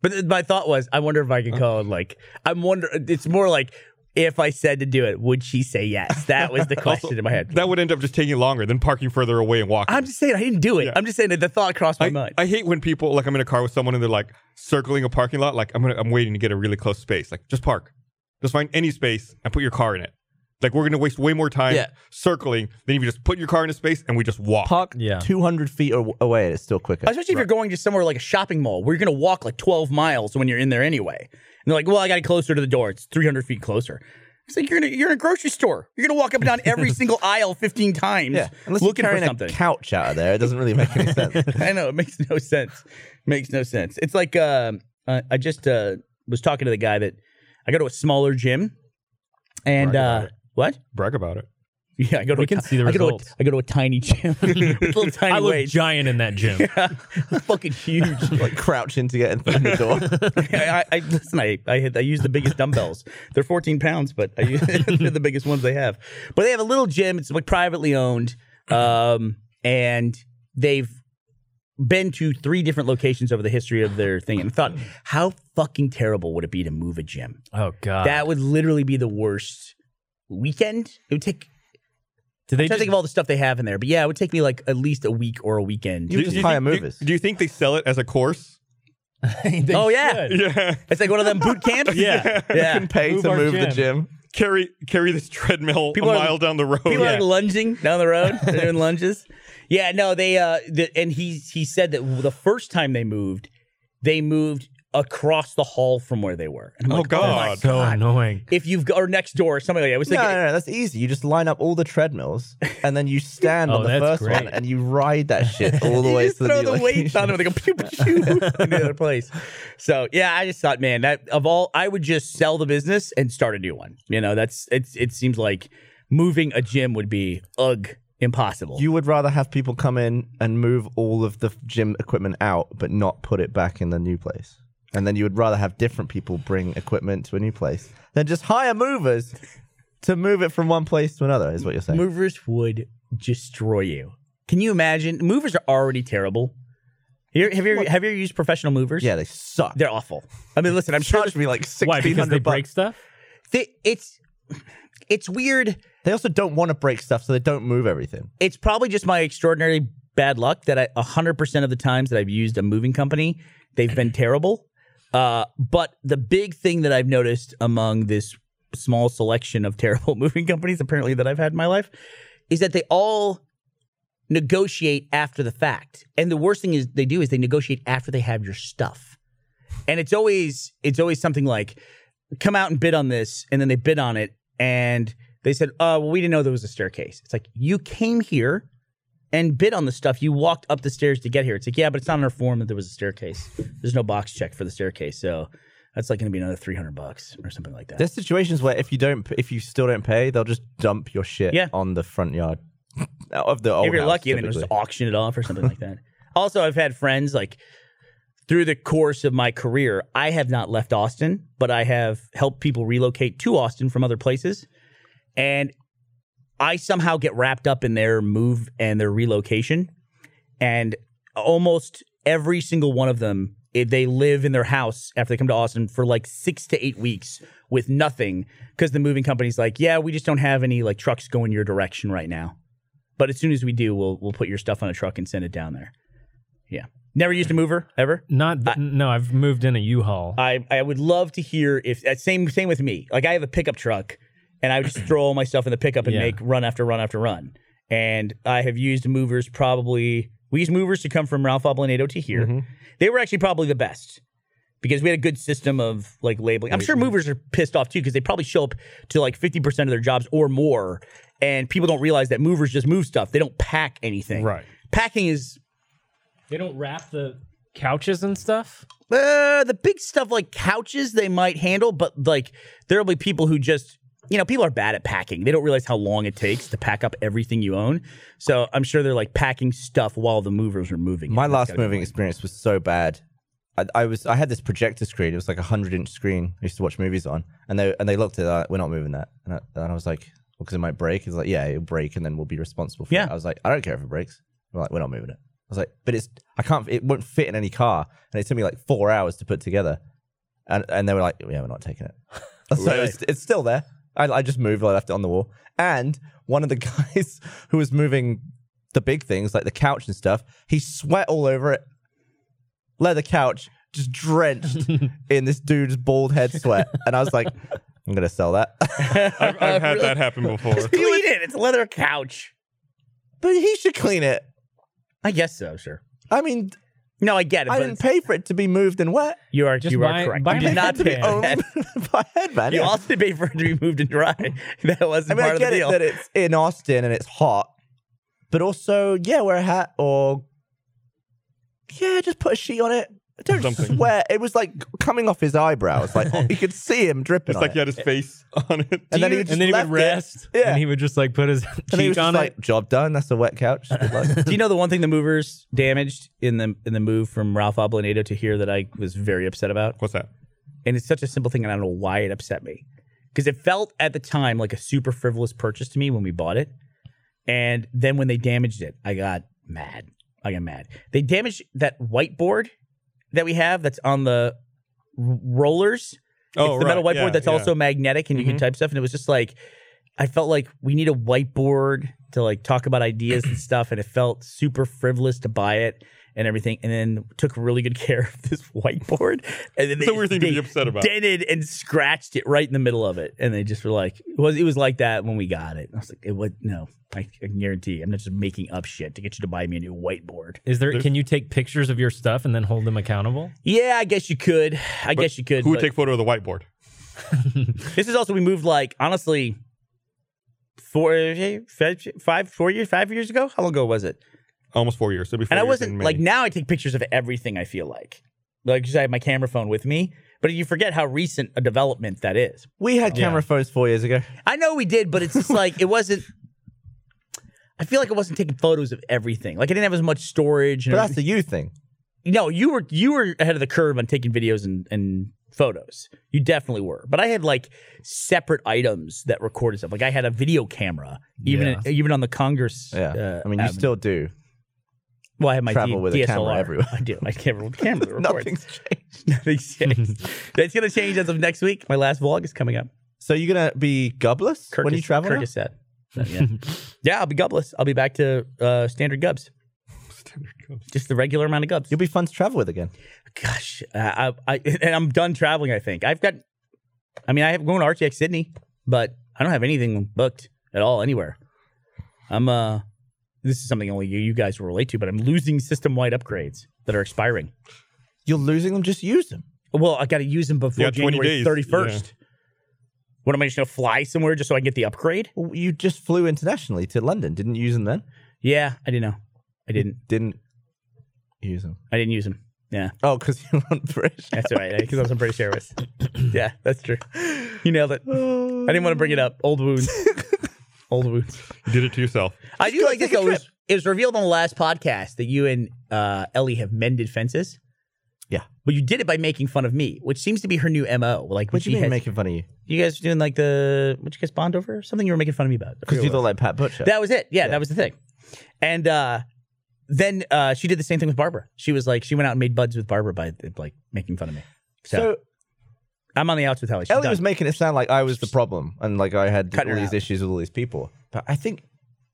but th- my thought was, I wonder if I
Oh.
could call. Like, I'm wonder. uh, It's more like if I said to do it, would she say yes? That was the question in my head.
That would end up just taking longer than parking further away and walking.
I'm just saying I didn't do it.
Yeah.
I'm just saying that the thought crossed my
I,
mind.
I hate when people like I'm in a car with someone and they're like circling a parking lot. Like I'm gonna, I'm waiting to get a really close space. Like just park, just find any space and put your car in it. Like we're gonna waste way more time
Yeah.
circling than if you just put your car in a space and we just walk.
Park
Yeah.
200 feet a- away and it's still quicker.
Especially if you're going to somewhere like a shopping mall where you're going to walk like 12 miles when you're in there anyway. And they're like, well, I got it closer to the door. It's 300 feet closer. It's like you're in a, you're in a grocery store. You're going to walk up and down every single aisle 15 times
yeah, unless
looking
you're
for
carrying
something.
a couch out of there, it doesn't really make any sense.
I know it makes no sense. Makes no sense. It's like um, uh, I just uh, was talking to the guy that I go to a smaller gym, and
Brag about
uh,
it.
what?
Brag about it.
Yeah, I go to
We
a
can
ti-
see the
I go to a-
results.
I go to a tiny gym, with little tiny
I look
weights.
giant in that gym.
fucking huge.
like crouching to get in through the door.
I, I listen. I I, had, I use the biggest dumbbells. They're 14 pounds, but I use, they're the biggest ones they have. But they have a little gym. It's like privately owned, um, and they've been to three different locations over the history of their thing. And thought, how fucking terrible would it be to move a gym?
Oh God!
That would literally be the worst weekend. It would take.
Did they
I'm trying to think of all the stuff they have in there, but yeah, it would take me like at least a weak or a weekend.
You just hire
think, do-
movers.
Do, you think they sell it as a course?
They
Oh, yeah.
should.
Yeah.
it's like one of them boot camps.
Yeah.
yeah.
can pay
Move
to
our
move the
gym.
gym.
carry carry this treadmill
People
a
are-
mile down the road.
People are
Yeah.
like lunging down the road. They're doing lunges. Yeah, no, they uh, the, and he he said that the first time they moved, they moved across the hall from where they were. And I'm
Oh,
like, my
God.
so annoying.
If you've got or next door or something like that. I was
No,
thinking,
no, no, that's easy. You just line up all the treadmills and then you stand
Oh,
on the
that's
first one
great.
and you ride that shit all the way
you just
to the
throw
new
the weight
location.
on them and they go pew pew pew in the other place. So yeah, I just thought, man, that of all, I would just sell the business and start a new one. You know, that's it's it seems like moving a gym would be ugh impossible.
You would rather have people come in and move all of the gym equipment out, but not put it back in the new place. And then you would rather have different people bring equipment to a new place than just hire movers to move it from one place to another is what you're saying.
Movers would destroy you. Can you imagine? Movers are already terrible. You- have you have you ever used professional movers?
yeah, they suck.
they're awful. I mean, listen, I'm sure
charged me like
Why?
sixteen
Because they
hundred bucks.
break stuff.
they, it's it's weird.
They also don't want to break stuff, so they don't move everything.
It's probably just my extraordinary bad luck that I 100% of the times that I've used a moving company, they've been terrible. Uh, but the big thing that I've noticed among this small selection of terrible moving companies, apparently, that I've had in my life, is that they all negotiate after the fact. And the worst thing is they do is they negotiate after they have your stuff. And it's always it's always something like come out and bid on this and then they bid on it and they said, "Uh, well we didn't know there was a staircase." It's like, "You came here and bid on the stuff. You walked up the stairs to get here." It's like, "Yeah, but it's not on our form that there was a staircase. There's no box check for the staircase." So that's like going to be another 300 bucks or something like that.
There's situations where if you don't, if you still don't pay, they'll just dump your shit
Yeah.
on the front yard of the old
if you're
house,
lucky, then they'll just
typically.
auction it off or something like that. Also, I've had friends like through the course of my career, I have not left Austin, but I have helped people relocate to Austin from other places, and I somehow get wrapped up in their move and their relocation, and almost every single one of them. eh, They live in their house after they come to Austin for like six to eight weeks with nothing because the moving company's like, yeah, we just don't have any like trucks going your direction right now. But as soon as we do, we'll we'll put your stuff on a truck and send it down there. Yeah. Never used a mover ever.
Not. Th- no, I've moved in a U-Haul.
I I would love to hear if uh, same same with me. Like I have a pickup truck, and I would just throw all my stuff in the pickup and
Yeah.
make run after run after run. And I have used movers probably. We used movers to come from Ralph Oblinado to here. They were actually probably the best because we had a good system of like labeling. I'm sure movers are pissed off too because they probably show up to like 50% of their jobs or more, and people don't realize that movers just move stuff. They don't pack anything.
Right.
Packing is
They don't wrap the couches and stuff.
Uh, the big stuff like couches they might handle, but like there'll be people who just you know people are bad at packing. They don't realize how long it takes to pack up everything you own. So I'm sure they're like packing stuff while the movers are moving. it.
My
That's
last
gotta be
moving experience was so bad. I, I was I had this projector screen. It was like a hundred inch screen. I used to watch movies on, and they and they looked at that. We're not moving that, and I, and I was like, because it might break. It's like, yeah, it'll break, and then we'll be responsible for
Yeah.
it. I was like, I don't care if it breaks. We're like, we're not moving it. I was like, but it's I can't. It won't fit in any car, and it took me like four hours to put together, and and they were like, yeah, we're not taking it. so it's, it's still there. I, I just moved. I left it on the wall, and one of the guys who was moving the big things like the couch and stuff, he sweat all over it leather couch just drenched in this dude's bald head sweat. And I was like, I'm gonna sell that.
I've, I've had that happen before.
clean it. It's a leather couch.
but he should clean it.
I guess so. Sure.
I mean,
No, I get it.
I
but
didn't
it's-
pay for it to be moved and wet.
You are
Just
you
buy-
are correct.
buy
you
it
did not
to
pay.
be
for
Owned
that.
by headband.
You
yeah.
also paid for it to be moved and dry. That wasn't
I mean,
part
I
of
get
the
it
deal.
that it's in Austin and it's hot, but also, yeah, wear a hat or yeah, just put a sheet on it. Don't
Something.
sweat. It was like coming off his eyebrows. Like oh, you could see him dripping.
It's
on
like
it.
he had his face on it.
And then he
and
just
then he
left
would
it.
rest.
Yeah.
And he would just like put his
And he was
cheek
just
on
like,
it.
job done. That's a wet couch. Good luck."
Do you know the one thing the movers damaged in the in the move from Ralph Oblinado to here that I was very upset about?
What's that?
and it's such a simple thing, and I don't know why it upset me because it felt at the time like a super frivolous purchase to me when we bought it, and then when they damaged it, I got mad. I got mad. They damaged that whiteboard that we have that's on the r- rollers.
Oh,
it's the metal
right,
whiteboard
yeah,
that's
yeah.
also magnetic, and you can
Mhm.
type stuff. And it was just like I felt like we need a whiteboard to like talk about ideas and stuff, and it felt super frivolous to buy it. And everything, and then took really good care of this whiteboard. And then
It's
they
a weird thing to
they
be upset about.
dented and scratched it right in the middle of it, and they just were like, it "Was it was like that when we got it?" I was like, "It would no, I, I can guarantee. I'm not just making up shit to get you to buy me a new whiteboard."
Is there? Can you take pictures of your stuff and then hold them accountable?
Yeah, I guess you could. I guess you could.
Who would
but
take photo of the whiteboard?
this is also we moved like honestly four, eh, five, five, four years, five years ago. How long ago was it?
Almost four years. So before
and I wasn't like now I take pictures of everything I feel like, like because I have my camera phone with me. But you forget how recent a development that is.
We had camera phones four years ago.
I know we did, but it's just like it wasn't. I feel like I wasn't taking photos of everything. Like I didn't have as much storage. And
But that's the you thing.
everything. no, you were you were ahead of the curve on taking videos and and photos. You definitely were. But I had like separate items that recorded stuff. Like I had a video camera, even
Yeah.
even on the Congress.
Yeah.
uh,
I mean, you
avenue.
still do.
well, I have my
travel
D-
with a
DSLR.
camera everywhere.
I do. I camera with a camera. that records.
Nothing's changed.
Nothing's changed. That's gonna change as of next week. My last vlog is coming up.
So you're gonna be gubless
Kirk
when
is,
you travel? now?
Kirk is sad. So, yeah. yeah, I'll be gubless. I'll be back to uh, standard gubs. Just the regular amount of gubs.
You'll be fun to travel with again.
Gosh, I, I, I and I'm done traveling. I think I've got. I mean, I have going to RTX Sydney, but I don't have anything booked at all anywhere. I'm uh, this is something only you you guys will relate to, but I'm losing system wide upgrades that are expiring.
You're losing them. Just use them.
Well, I got to use them before
Yeah, 20
January
days,
thirty first. What am I just gonna fly somewhere just so I can get the upgrade?
Well, You just flew internationally to London. Didn't you use them then.
Yeah, I didn't know. I didn't.
Didn't use them.
I didn't use them. Yeah,
Oh, because you want British.
that's all right. Because I was on British Airways. Yeah, that's true. You nailed it. I didn't want to bring it up. Old wounds. Old wounds.
You did it to yourself.
I do
go
like
take
that
a
though. It was, it was revealed on the last podcast that you and uh, Ellie have mended fences.
Yeah.
But you did it by making fun of me, which seems to be her new MO. Like when
What
she
do you mean
has-
making fun of you?
you guys were doing like the what you guys bond over? Something you were making fun of me about. I
Because
forget
you
what it
look like Pat Butcher.
was. that was it. Yeah, that was the thing. And uh then uh, she did the same thing with Barbara. She was like, she went out and made buds with Barbara by like making fun of me. So,
so
I'm on the outs with Ellie. She's
Ellie
done.
was making it sound like I was the problem and like I had
Cut her
all these
out.
issues with all these people. But I think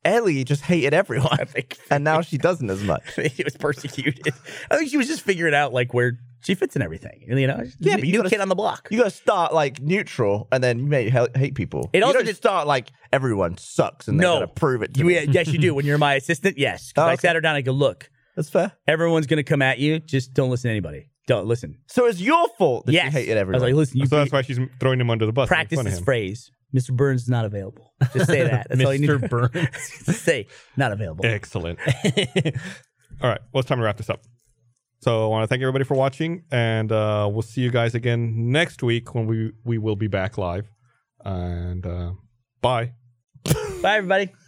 Ellie just hated everyone.
think-
and now she doesn't as much.
she was persecuted. I think she was just figuring out like where she fits in everything. You know,
Yeah, but
new
you gotta-
kid on the block.
You gotta start like neutral and then you may ha- hate people.
It
you
also
don't
did-
start like everyone sucks and
No.
they gotta prove it to
You-
me.
yeah, yes, you do. When you're my assistant, yes. 'Cause
Oh,
I
okay.
sat her down. I go, look,
That's fair.
everyone's gonna come at you. Just don't listen to anybody. Don't listen.
So it's your fault that
yes,
you hated
I was
everyone.
like, listen, you
so that's
beat-
why she's throwing him under the bus. making
practice
fun of
this
him.
phrase. Mr. Burns is not available. Just say that. That's all you need. to-
Mr. Burns.
say not available.
Excellent. All right. Well, it's time to wrap this up. So I want to thank everybody for watching, and uh, we'll see you guys again next week when we we will be back live. And uh, bye.
Bye, everybody.